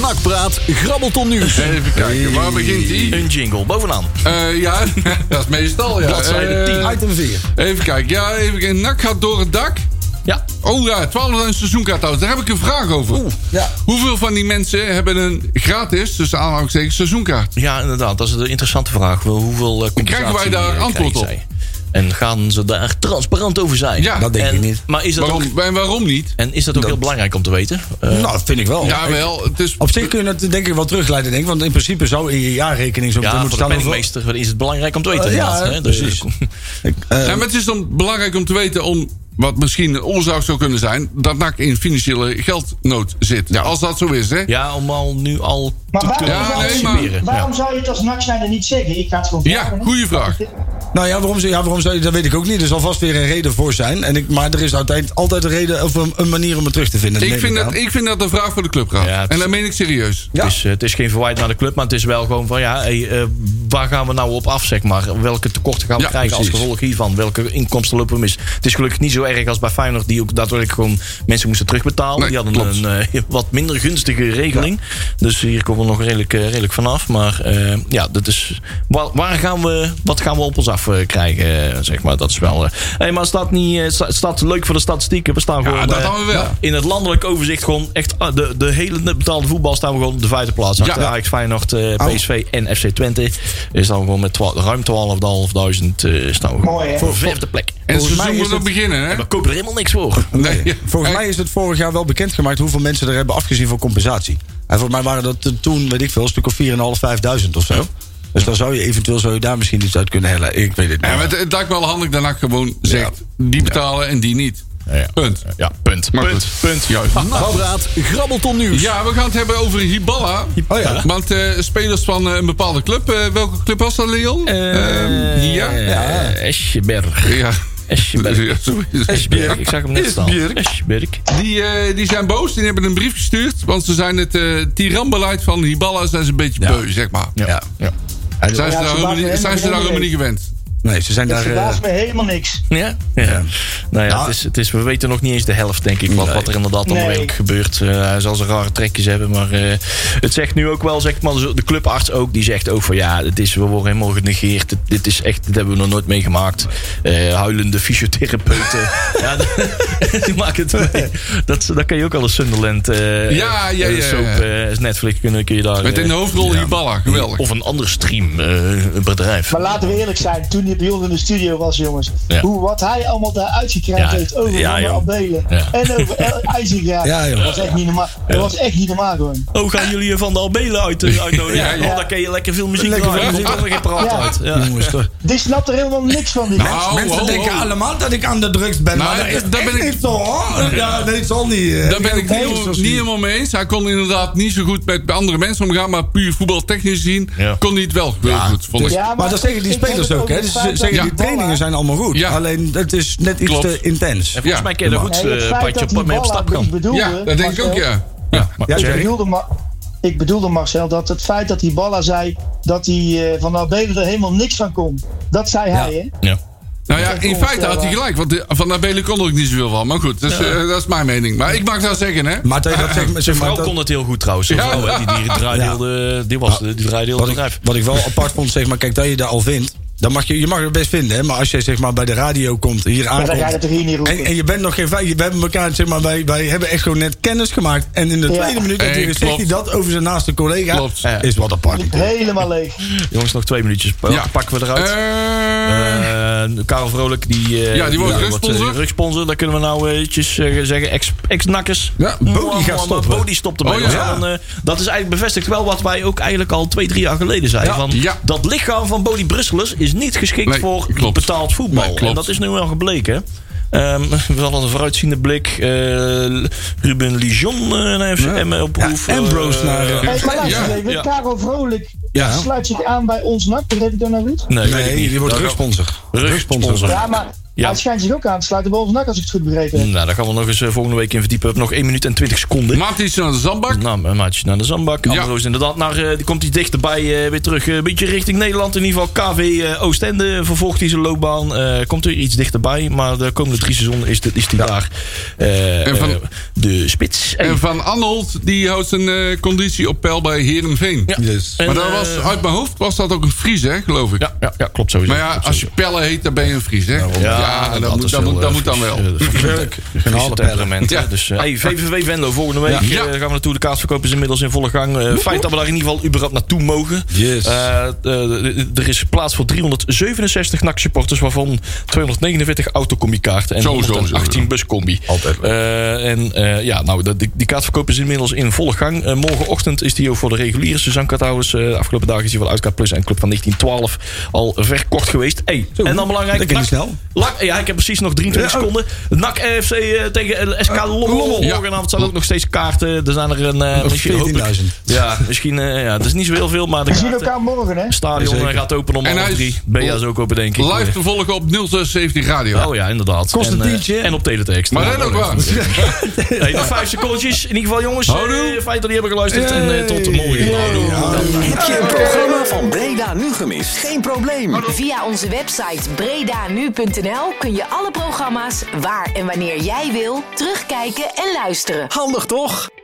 Nakpraat Grabbelton Nieuws. even kijken, waar begint die? Een jingle bovenaan. Eh, ja, <laughs> dat is meestal. Ja. Bladzijde Eh, 10. Item 4. Even kijken. Ja, even kijken. Nak gaat door het dak. Ja. Oh ja, 12.000 seizoenkaarthouders. Daar heb ik een vraag over. ja. Hoeveel van die mensen hebben een gratis, tussen aanhalingstekens, seizoenkaart? Ja, inderdaad. Dat is een interessante vraag. Wel, Hoeveel eh, compensatie Krijgen wij daar eh, krijgen antwoord op? zij? En gaan ze daar transparant over zijn? Ja. Dat denk En- ik niet. Maar is dat ook, Waarom, en waarom niet? en is dat ook heel belangrijk om te weten? Eh, Nou, dat vind ik wel. Jawel, het Oh, is... Op zich kun je het denk ik wel terugleiden, denk ik. Want in principe zou in je jaarrekening zo meteen ja, voor moeten de staan. hoeveel- penningmeester is het belangrijk om te weten. Eh, ja, inderdaad, hè? Dus- precies. Ik, eh, Ja, maar het is dan belangrijk om te weten om... Wat misschien een oorzaak zou kunnen zijn... dat NAC in financiële geldnood zit. Als dat zo is, hè? <laughs> ja, om al nu al Maar te waarom, kunnen Ja, zou, nee, maar- anticiperen. Ja. waarom zou je het als nachtsnijder niet zeggen? Ik ga het gewoon Ja, vragen, hè? goede vraag. Nou ja, waarom, ze- ja, waarom zou je, dat weet ik ook niet. Er zal vast weer een reden voor zijn. En ik, maar er is uiteindelijk altijd een reden of een, een manier om het terug te vinden. Ik neem vind, dat, <laughs> aan. ik vind dat een vraag voor de clubraad. Ja, het is- en dat meen ik serieus. Ja. Het, is, eh, het is geen verwijt naar de club, maar het is wel gewoon van ja, hey, eh, waar gaan we nou op af, zeg maar? Welke tekorten gaan we Ja, krijgen precies. als gevolg hiervan? Welke inkomsten lopen we mis? Het is gelukkig niet zo erg als bij Feyenoord, die ook daadwerkelijk gewoon mensen moesten terugbetalen. Nee, die hadden klopt. een eh, wat minder gunstige regeling. Dus hier komen we nog redelijk, eh, redelijk vanaf. Maar eh, ja, dat is, waar, waar gaan we, wat gaan we op ons af eh, krijgen, eh, zeg maar? Dat is wel. eh. hey, maar het staat, niet, eh, het sta- het staat leuk voor de statistieken. We staan Ja, gewoon dat eh, gaan we wel. in het landelijk overzicht gewoon echt ah, de, de hele net betaalde voetbal staan we gewoon op de vijfde plaats. Ja. Achter Ajax, Feyenoord, eh, PSV en FC Twente is dan gewoon met twa- ruim 12.500 eh staan we Mooi, gewoon hè? voor vijfde plek. En het Volgens mij seizoen is moet nog het- beginnen, hè? We kopen er helemaal niks voor. Nee. <laughs> Volgens En- mij is het vorig jaar wel bekendgemaakt hoeveel mensen er hebben afgezien voor compensatie. En volgens mij waren dat er toen, weet ik veel, een stuk of 4.500, 5.000 of zo. Dus dan zou je eventueel zou je daar misschien iets uit kunnen hellen. Ik weet het niet. Ja, maar het, het lijkt me wel handig dat NAC gewoon zegt... die betalen en die niet. ja. Punt. Ja, punt. Maar punt. goed. Punt. Juist. Nakpraat Grabbelton Nieuws. Ja, we gaan het hebben over Hiballa. Oh ja. Want eh, spelers van eh, een bepaalde club. eh, welke club was dat, Leon? Ehm, ja. Eh, <laughs> Eschenberg. Ja. <laughs> Eschenberg. Ja, zo is het. Eschenberg. Ik zag hem net staan. Eschenberg. Die, eh, die zijn boos, die hebben een brief gestuurd. Want ze zijn het eh tiranbeleid van Hiballa zijn ze een beetje beu, zeg maar. Ja. ja. Zijn ze Ja, daar ze helemaal niet- maken helemaal zijn ze geen daar helemaal idee. niet gewend. Nee, ze zijn Dat daar... eh, verbaast me helemaal niks. Ja? ja. Nou ja, Nou, het is, het is, we weten nog niet eens de helft, denk ik, wat, Nee. wat er inderdaad allemaal Nee. werkelijk gebeurt. Eh, hij zal zijn rare trekjes hebben, maar eh, het zegt nu ook wel, zeg maar, de de clubarts ook, die zegt ook van ja, het is, we worden helemaal genegeerd. Dit, dit is echt, dit hebben we nog nooit meegemaakt. Eh, huilende fysiotherapeuten. <laughs> ja, <laughs> d- die maken het mee. Dat, dat kan je ook al eens Sunderland. eh, Ja, ja, eh, ja, soap, ja. eh, Netflix kun, kun je daar. Met in de eh, hoofdrol ja. Hiballa, geweldig. Of een ander stream, eh, een bedrijf. Maar laten we eerlijk zijn, toen hij bij ons in de studio was, jongens. Ja. Hoe, wat hij allemaal daar uitgekregen Ja, heeft over ja, ja, joh. Abelen Ja. en over El- IJzinga. Ja, joh. dat was echt niet normaal. Dat was echt niet normaal gewoon. Oh, gaan jullie Van de Albelen uit, eh, uitnodigen? Ja, Ja, ja. dan kan je lekker veel muziek Lekker draaien. Dan veel- komt er geen praat Ja. uit. Ja. jongens, toch. Die snapt er helemaal niks van. Die Nou, gast. ho, Mensen ho. denken allemaal dat ik aan de drugs ben, Nou, maar dat is dat ben echt ik- niet zo, hoor. Ja, nee, het zal niet. eh. Daar ben ik Nee, niet, het zal niet niet. helemaal mee eens. Hij kon inderdaad niet zo goed met andere mensen omgaan. Maar puur voetbaltechnisch gezien Ja. dus- kon hij het wel heel goed, vond ik. Ja, maar, dat zeggen die ik heb spelers het ook, hè? over Ze het feit zeggen dat die trainingen zijn allemaal goed. Ja. Alleen het is net iets Klopt. te intens. En Ja. volgens mij kan je daar goed Nee, het eh, feit padje dat op, mee op die stap Balla- gaan. Ik bedoelde, Ja, dat denk ik ook, Marcel, ja. Ja, maar Ja, Ik Jerry? bedoelde, Ma- ik bedoelde, Marcel, dat het feit dat die Balla zei dat hij eh, van Abelen er helemaal niks van kon. Dat zei hij, hè? Ja. Nou ja, Dat in klopt, feite had hij ja. gelijk. Want de- van Nabele kon er ook niet zoveel van. Maar goed, dat is, eh, dat is mijn mening. Maar ik mag dat zeggen, hè. Maar tegen dat zeg, zeg Zijn vrouw maar, dat- kon het heel goed trouwens. Zijn Ja. vrouw, hè, die, die draaideelde, die was de- die draaideelde wat, ik, bedrijf. wat ik wel apart vond, zeg maar, kijk, dat je daar al vindt. Dan mag je, je mag het best vinden, hè? Maar als je zeg maar bij de radio komt, hier Maar dan ga je aankomt. het er hier niet roepen. En, en je bent nog geen vijf, je- we hebben elkaar, zeg maar, wij, wij hebben echt gewoon net kennis gemaakt. En in de Ja. tweede minuut Eh, hey, zegt klopt. hij dat over zijn naaste collega. Klopt. Ja. Is wat apart. Helemaal leeg. Jongens, nog twee minuutjes. Pa- Ja. Pakken we eruit. Eh, Eh, Karel Vrolijk, die, eh, Ja, die wordt rugsponsor. eh, rugsponsor. Daar kunnen we nou eh, eventjes eh, zeggen. Ex- Ex-nakkers. Ja, Bodie Mwah, gaat mwah, mwah, stoppen. Bodie stopt ermee. Oh, Dus ja. dan, eh, dat is eigenlijk bevestigd wel wat wij ook eigenlijk al twee, drie jaar geleden zeiden. Ja, Van, ja. Dat lichaam van Bodie Brusselers is niet geschikt Nee, voor klopt. betaald voetbal. Nee, klopt. En dat is nu wel gebleken. hè. Ehm, <laughs> we hadden een vooruitziende blik. Eh, Ruben Lijon eh, naar FC Emmen op Ja, proef. en Eh, Broos naar, eh, Hey, maar luister Ja. eens even, Ja. Karel Vrolijk Ja. sluit zich aan bij ons NAC, begreep ik dat nou goed? Nee, weet ik Nee, niet. je wordt Daar- rugsponsor. Rugsponsor. Ja, maar Ja. hij schijnt zich ook aan te sluiten bij ons NAC, als ik het goed begrepen heb. Nou, daar gaan we nog eens eh, volgende week in verdiepen. Nog 1 minuut en 20 seconden. Matic naar de zandbak. Nou, een maatje naar de zandbak. Ja. Andro is inderdaad naar, eh, die komt hij dichterbij eh, weer terug. Eh, Een beetje richting Nederland. In ieder geval KV eh, Oostende vervolgt hij zijn loopbaan. Eh, komt er iets dichterbij. Maar de komende drie seizoenen is hij is die daar eh, En van- eh, de spits. En Van Anholt, die houdt zijn eh, conditie op peil bij Herenveen. Ja. Dus. En, Maar dat was, eh, uit mijn hoofd was dat ook een Fries, hè, geloof ik. ja, ja, ja, klopt sowieso. Maar ja, Klopt als je sowieso. pellen heet, dan ben je een Fries, hè? Ja, dat, inderdaad, moet, dat, is moet, dat heel, moet dan eh, wel. Fries, eh, Tuurlijk. Friese Geen alle pellen. temperament. Ja. Dus, eh, hey, VVV Venlo volgende week. Ja. eh, gaan we naartoe. De kaartverkoop is inmiddels in volle gang. Eh, feit dat we daar in ieder geval überhaupt naartoe mogen. Yes. Eh, eh, er is plaats voor 367 NAC-supporters... waarvan 249 autocombi-kaarten en Zo, zo, zo, 118 zo. buscombi. Altijd leuk. Eh, en eh, ja, nou, dat- die, die kaartverkoop is inmiddels in volle gang. Eh, morgenochtend is die ook voor de reguliere seizoenkaarthouders. eh, de afgelopen dagen is die van Uitkaart Plus en Club van 1912 al verkocht geweest. Hey, en dan belangrijk... dat ging NAC- snel. Lak, ja, ik heb precies nog 23 Ja, oh. seconden. NAC FC eh, tegen eh, SK Lommel. Ah, Ja. Morgenavond zijn er ook nog steeds kaarten. Er zijn er een... eh, misschien hopelijk- 14.000. Ja, misschien... eh, ja, het is niet zo heel veel, maar de We zien kaarten- elkaar morgen, hè? stadion eh, Zeker. gaat open om En half hij is drie. BA is ook open, denk ik. Eh, Live te volgen op 0617 Radio. Oh ja, inderdaad. Kost een en, eh, tientje. en op teletext. Maar Ja, dat ook is wel. natuurlijk. Hey, nog vijf secondjes. In ieder geval, jongens. eh, Houdoe. Fijn dat jullie hebben geluisterd. En eh, tot morgen. Houdoe. Heb je een programma van Breda nu gemist? Geen probleem. Via onze website bredanu.nl kun je alle programma's waar en wanneer jij wil terugkijken en luisteren. Handig toch?